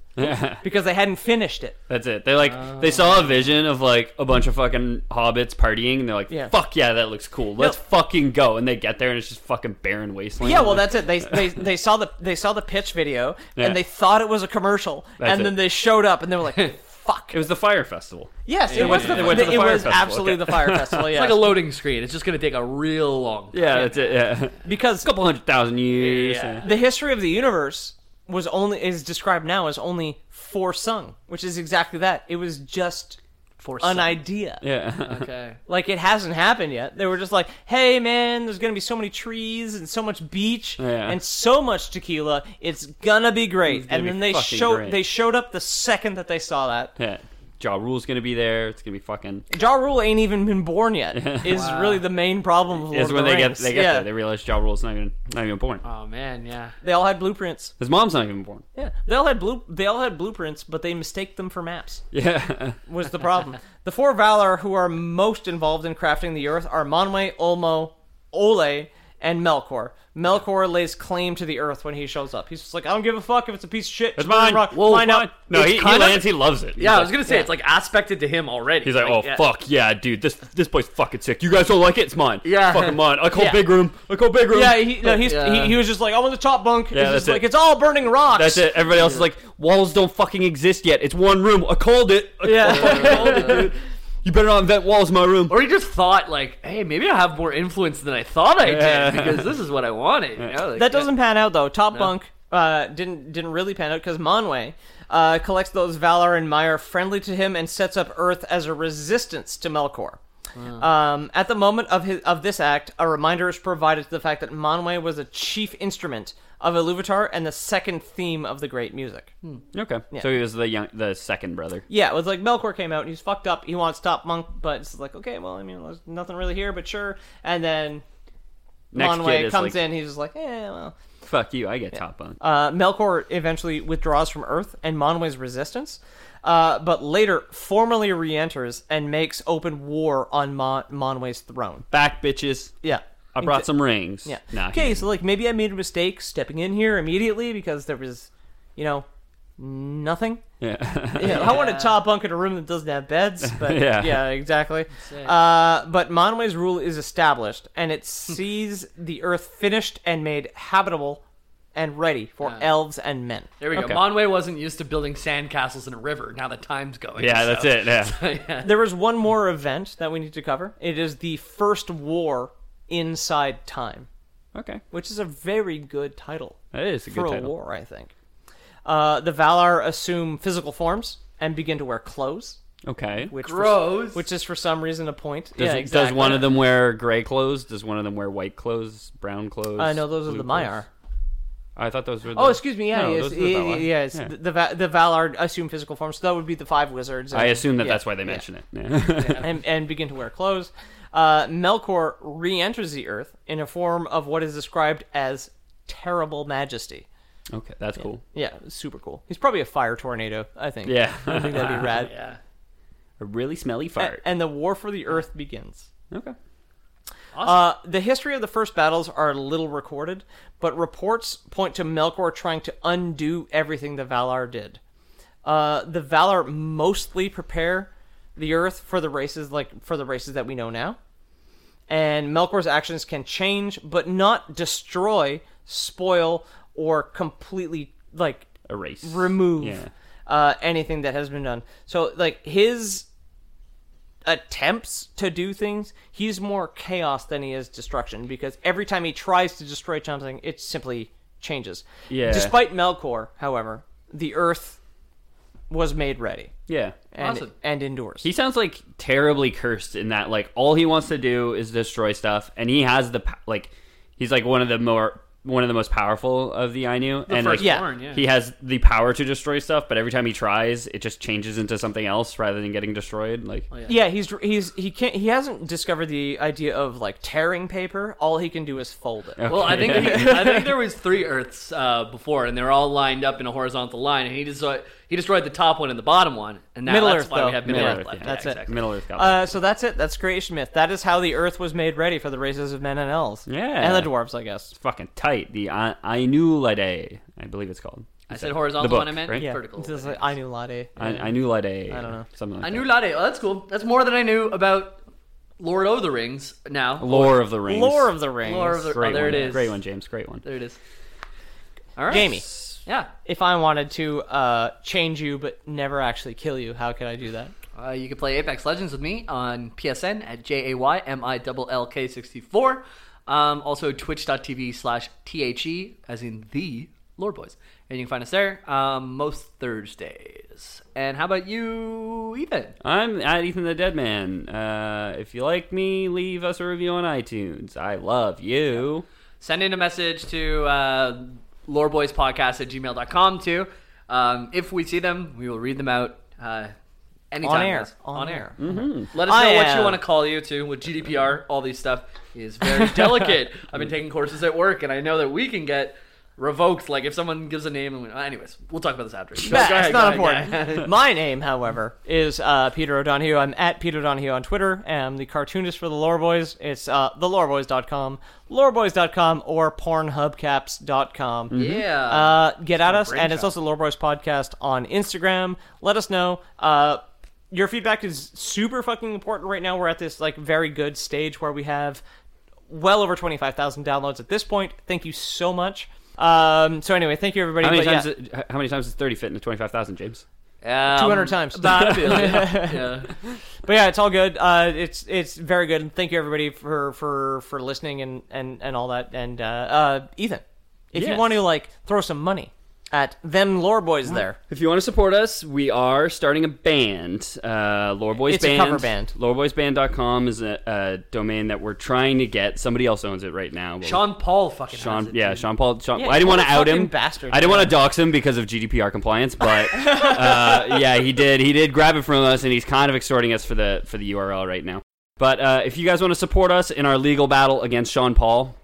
A: because they hadn't finished it.
B: That's it. They like they saw a vision of like a bunch of fucking hobbits partying, and they're like,
A: Yeah.
B: "Fuck yeah, that looks cool. Let's fucking go!" And they get there, and it's just fucking barren wasteland.
A: Yeah, well, that's it. They
B: [laughs]
A: they, they saw the they saw the pitch video
B: Yeah.
A: and they thought it was a commercial,
B: That's
A: and
B: it.
A: then they showed up and they were
B: [laughs]
A: like, "Fuck!"
B: it was the fire festival.
A: yes, it
B: They
A: was
B: went-
A: the,
B: they went to the
A: it
B: fire
A: was
B: festival,
A: absolutely
B: okay.
A: the
B: [laughs]
A: fire festival. Yeah,
C: It's like a loading screen. It's just going to take a real long.
B: Yeah, that's it. Yeah, a
A: because
B: couple hundred thousand years.
C: Yeah.
A: the history of the universe was only is described now as only forsung, which is exactly that. It was just
C: For
A: an
C: some-
A: idea.
B: yeah. [laughs]
C: [laughs] Okay.
A: Like it hasn't happened yet. They were just like, "Hey man, there's gonna be so many trees and so much beach
B: Yeah.
A: and so much tequila. It's gonna be great."
B: gonna
A: and
B: be
A: then they
B: fucking
A: showed
B: great.
A: they showed up the second that they saw that.
B: Yeah. Ja Rule's gonna be there. It's gonna be fucking.
A: Ja Rule ain't even been born
B: [laughs]
A: yet. Is really the main problem. Of Lord
B: Is
A: of
B: when
A: the
B: they get
A: Rings.
B: they get
A: yeah.
B: there. They realize Ja Rule's not even not even born.
C: Oh man, yeah.
A: They all had blueprints.
B: His mom's not even born.
A: Yeah, they all had blue. They all had blueprints, but they mistake them for maps.
B: Yeah.
A: Was the
B: [laughs]
A: problem? the four Valar who are most involved in crafting the Earth are Manwe, Olmo, Ole, and Melkor. Melkor lays claim to the Earth when he shows up. He's just like, I don't give a fuck if it's a piece of shit.
B: It's
A: really
B: mine.
A: wrong.
B: Whoa,
A: Mine out.
B: mine. No,
A: It's
B: he, he
A: kind of-
B: lands. He loves it. He's
C: Yeah, I
B: like-
C: was gonna say it's like aspected to him already.
B: He's like, oh
C: yeah.
B: fuck yeah, dude, this this place fucking sick. You guys don't like it? It's mine.
C: Yeah.
B: fucking mine. I call
A: Yeah.
B: big room. I call big room.
A: Yeah, he, no, he's,
C: Yeah.
A: He, he was just like, I want the top bunk. it's
B: Yeah,
A: just
B: that's it.
A: like, it's all burning rocks.
B: That's it. Everybody else is like, walls don't fucking exist yet. It's one room. I called it. I [laughs] fucking
A: Yeah.
B: called it, dude. You better not invent walls in my room.
C: [laughs] Or he just thought like, hey, maybe I have more influence than I thought I
B: Yeah.
C: did because this is what I wanted. You know? like,
A: That doesn't pan out though. Top Bunk uh, didn't didn't really pan out because Manwe uh, collects those Valar and Mire friendly to him and sets up Earth as a resistance to Melkor.
B: Hmm.
A: Um, at the moment of his of this act, a reminder is provided to the fact that Manwe was a chief instrument of Iluvatar and the second theme of the great music.
B: Hmm. Okay, so he was the young, the second brother.
A: Yeah, it was like Melkor came out and he's fucked up. He wants Top Monk, but it's like okay, well, I mean, there's nothing really here, but sure. And then
B: Next kid
A: Manwe
B: is
A: comes
B: like,
A: in, he's just like, eh, well.
B: fuck you. I get top bunk.
A: Uh, Melkor eventually withdraws from Earth and Manwe's resistance, uh, but later formally re-enters and makes open war on Ma- Manwe's throne.
B: Back bitches.
A: Yeah.
B: I brought some rings.
A: Yeah.
B: Nah,
A: okay,
B: he-
A: so like maybe I made a mistake stepping in here immediately because there was, you know,
B: [laughs]
A: nothing.
B: yeah.
A: Yeah, I want a top bunk in a room that doesn't have
B: [laughs]
A: beds, but yeah,
B: Yeah.
A: exactly. Uh, but Manwe's rule is established, and it sees the Earth finished and made habitable and ready for elves and men.
C: There we go.
B: Okay.
C: Monway wasn't used to building sandcastles in a river. Now the time's going.
B: yeah, that's
C: so-
B: it.
A: [laughs]
B: Yeah.
A: There is one more event that we need to cover. It is the first war inside time,
B: okay,
A: which is a very good title
B: that is a
A: for
B: good
A: a
B: title.
A: war, I think. Uh, the Valar assume physical forms and begin to wear clothes,
B: Okay.
A: which for-
C: Gross.
A: which is for some reason a point.
B: Does,
A: yeah,
B: does
A: exactly.
B: one of them wear gray clothes? Does one of them wear white clothes, brown clothes?
A: Uh, no, those are
B: blue
A: the
B: clothes?
A: Maiar.
B: I thought those were. The,
A: Oh, excuse me. Yeah,
B: No,
A: yes,
B: those are the
A: yeah,
B: Valar.
A: yes. The, the Va- the Valar assume physical forms, so that would be the five wizards.
B: I
A: and-
B: assume that
A: yeah,
B: that's why they
A: yeah.
B: mention it. Yeah.
A: and, and begin to wear clothes. Uh, Melkor re enters the earth in a form of what is described as terrible majesty.
B: [laughs] okay, that's cool.
A: Yeah, super cool. He's probably a fire tornado, I think.
B: Yeah.
A: I think Eh, that'd be rad.
C: [laughs] Yeah.
B: [laughs] A really smelly fart.
A: And the war for the earth begins.
B: okay.
A: Uh, the history of the first battles are little recorded, but reports point to Melkor trying to undo everything the Valar did. Uh, the Valar mostly prepare the Earth for the races like for the races that we know now, and Melkor's actions can change, but not destroy, spoil, or completely like
B: Erase.
A: remove
B: Yeah.
A: uh, anything that has been done. So like his attempts to do things, he's more chaos than he is destruction because every time he tries to destroy something, it simply changes.
B: Yeah.
A: Despite Melkor, however, the Earth was made ready
B: Yeah.
A: and
C: Awesome.
A: and endures.
B: He sounds like terribly cursed in that like all he wants to do is destroy stuff, and he has the pa- like he's like one of the more one of the most powerful of the Ainu, and like
C: First
A: Yeah.
C: born, yeah.
B: he has the power to destroy stuff, but every time he tries, it just changes into something else rather than getting destroyed. Like
A: yeah, he's he's he can't he hasn't discovered the idea of like tearing paper. All he can do is fold it.
C: Well, I think he,
B: [laughs]
C: I think there was three Earths uh, before, and they're all lined up in a horizontal line, and he destroyed he destroyed the top one and the bottom one, and now
A: Middle
C: that's
A: Earth,
C: why
A: though.
C: we have Middle
B: Middle
C: Earth.
B: Earth,
C: left.
B: yeah.
A: That's it.
C: exactly.
B: Middle Earth Goblin.
A: Uh, so that's it. That's creation myth. That is how the Earth was made ready for the races of men and elves.
B: Yeah.
A: and the dwarves, I guess.
B: fucking tight. The A- Ainulade, I believe it's called.
C: I said horizontal
B: the book,
C: one. I meant
B: right?
A: Yeah,
C: vertical.
A: It's just like, I knew Lade.
B: I Ainulade. I
A: don't know.
B: Something
C: I
B: like
C: knew
B: that.
C: Lade. Oh, that's cool. That's more than I knew about Lord of the Rings. Now,
B: Lore of the Rings.
A: Lore of the Rings.
C: Lord of the
B: Great
C: oh, there
B: one.
C: it is.
B: Great one, James. Great one.
C: There it is. All right,
A: Jamie,
C: Yeah,
A: if I wanted to uh, change you but never actually kill you, how could I do that?
C: Uh, you can play Apex Legends with me on PSN at J A Y M I double L K 64. Um, also, twitch.tv slash THE, as in the Lord Boys. And you can find us there um, most Thursdays. And how about you, Ethan?
B: I'm at Ethan the Dead Man. Uh, if you like me, leave us a review on iTunes. I love you.
C: Send in a message to uh, loreboyspodcast at gmail.com too. Um, if we see them, we will read them out. Uh, Anytime,
A: on air.
C: guys.
A: On, air.
C: Let us
A: I
C: know what you
A: am-
C: want to call you to with GDPR. All these stuff is [laughs] very delicate. I've been taking courses at work, and I know that we can get revoked. Like if someone gives a name, and we, anyways, we'll talk about this after. Go- go
A: That's
C: ahead,
A: not
C: go ahead,
A: important. My name, however, is uh, Peter O'Donohue. I'm at Peter O'Donohue on Twitter. I'm the cartoonist for the Lore Boys. It's uh, theloreboys.com, loreboys.com, or pornhubcaps.com.
C: go ahead. Mm-hmm. Yeah.
A: Uh, get at us, and it's
C: brainchild.
A: also Lore Boys Podcast on Instagram. Let us know. Uh, your feedback is super fucking important right now. We're at this like very good stage where we have well over twenty five thousand downloads at this point. Thank you so much. Um, so anyway, thank you everybody.
B: How many,
A: But yeah.
B: times, did- how many times does 30 fit into 25,000, James?
C: Um,
A: 200 times.
C: About
A: [laughs]
C: a billion. yeah.
A: but yeah, it's all good. Uh, it's it's very good. And thank you everybody for for for listening and and and all that. And uh, uh, Ethan, if you
B: Yes.
A: want to like throw some money at them lore boys there,
B: If you want to support us, we are starting a band, uh, Lore Boys
A: It's a
B: Band.
A: cover band.
B: Loreboysband.com is a, a domain that we're trying to get. Somebody else owns it right now. but-
C: Sean Paul fucking
B: Sean,
C: has it.
B: yeah, Sean Paul. Sean,
A: Yeah,
B: I didn't
A: what
B: want to
A: a
B: out
A: fucking
B: him.
A: bastard.
B: I didn't want to dox him because of GDPR compliance, but uh, yeah, he did. He did grab it from us, and he's kind of extorting us for the for the URL right now. But uh, if you guys want to support us in our legal battle against Sean Paul,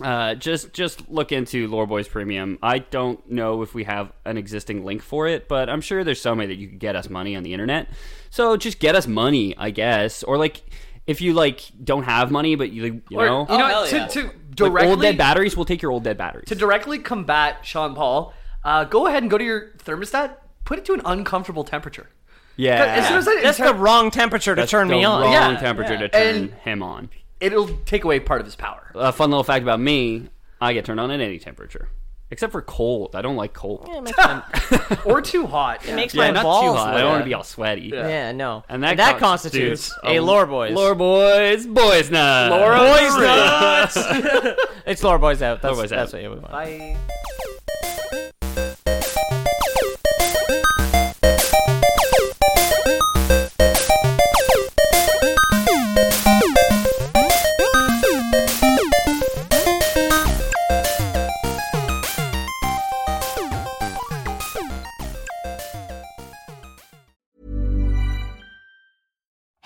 B: uh, just just look into Lore Boys Premium. I don't know if we have an existing link for it, but I'm sure there's some way that you can get us money on the internet. So just get us money, I guess, or like if you like don't have money, but you, you
C: Or,
B: know.
C: you know,
A: hell
C: to,
A: yeah.
C: to
B: like,
C: directly
B: old dead batteries, we'll take your old dead batteries.
C: to directly combat Sean Paul, uh, go ahead and go to your thermostat, put it to an uncomfortable temperature.
B: Yeah.
C: As soon as I
A: that's the wrong temperature to turn
B: the
A: me on.
B: Wrong [laughs]
C: Yeah,
B: temperature
C: yeah.
B: to turn
C: And-
B: him on.
C: it'll take away part of
B: [laughs]
C: his power.
B: A fun little fact about me: I get turned on at any temperature, except for cold. I don't like cold.
A: Yeah, it makes my,
C: Or too hot. Yeah.
A: makes
B: Yeah,
A: my
B: not
A: balls.
B: too hot. I
A: wet.
B: don't want to be all sweaty.
A: Yeah, no.
B: And that,
A: constitutes, a lore boys.
B: Lore boys, boys night.
C: Lore
A: boys
C: Boys
A: nuts. [laughs] it's lore boys out. That's,
B: Lore Boys
A: that's
B: out.
A: what we want.
C: Bye.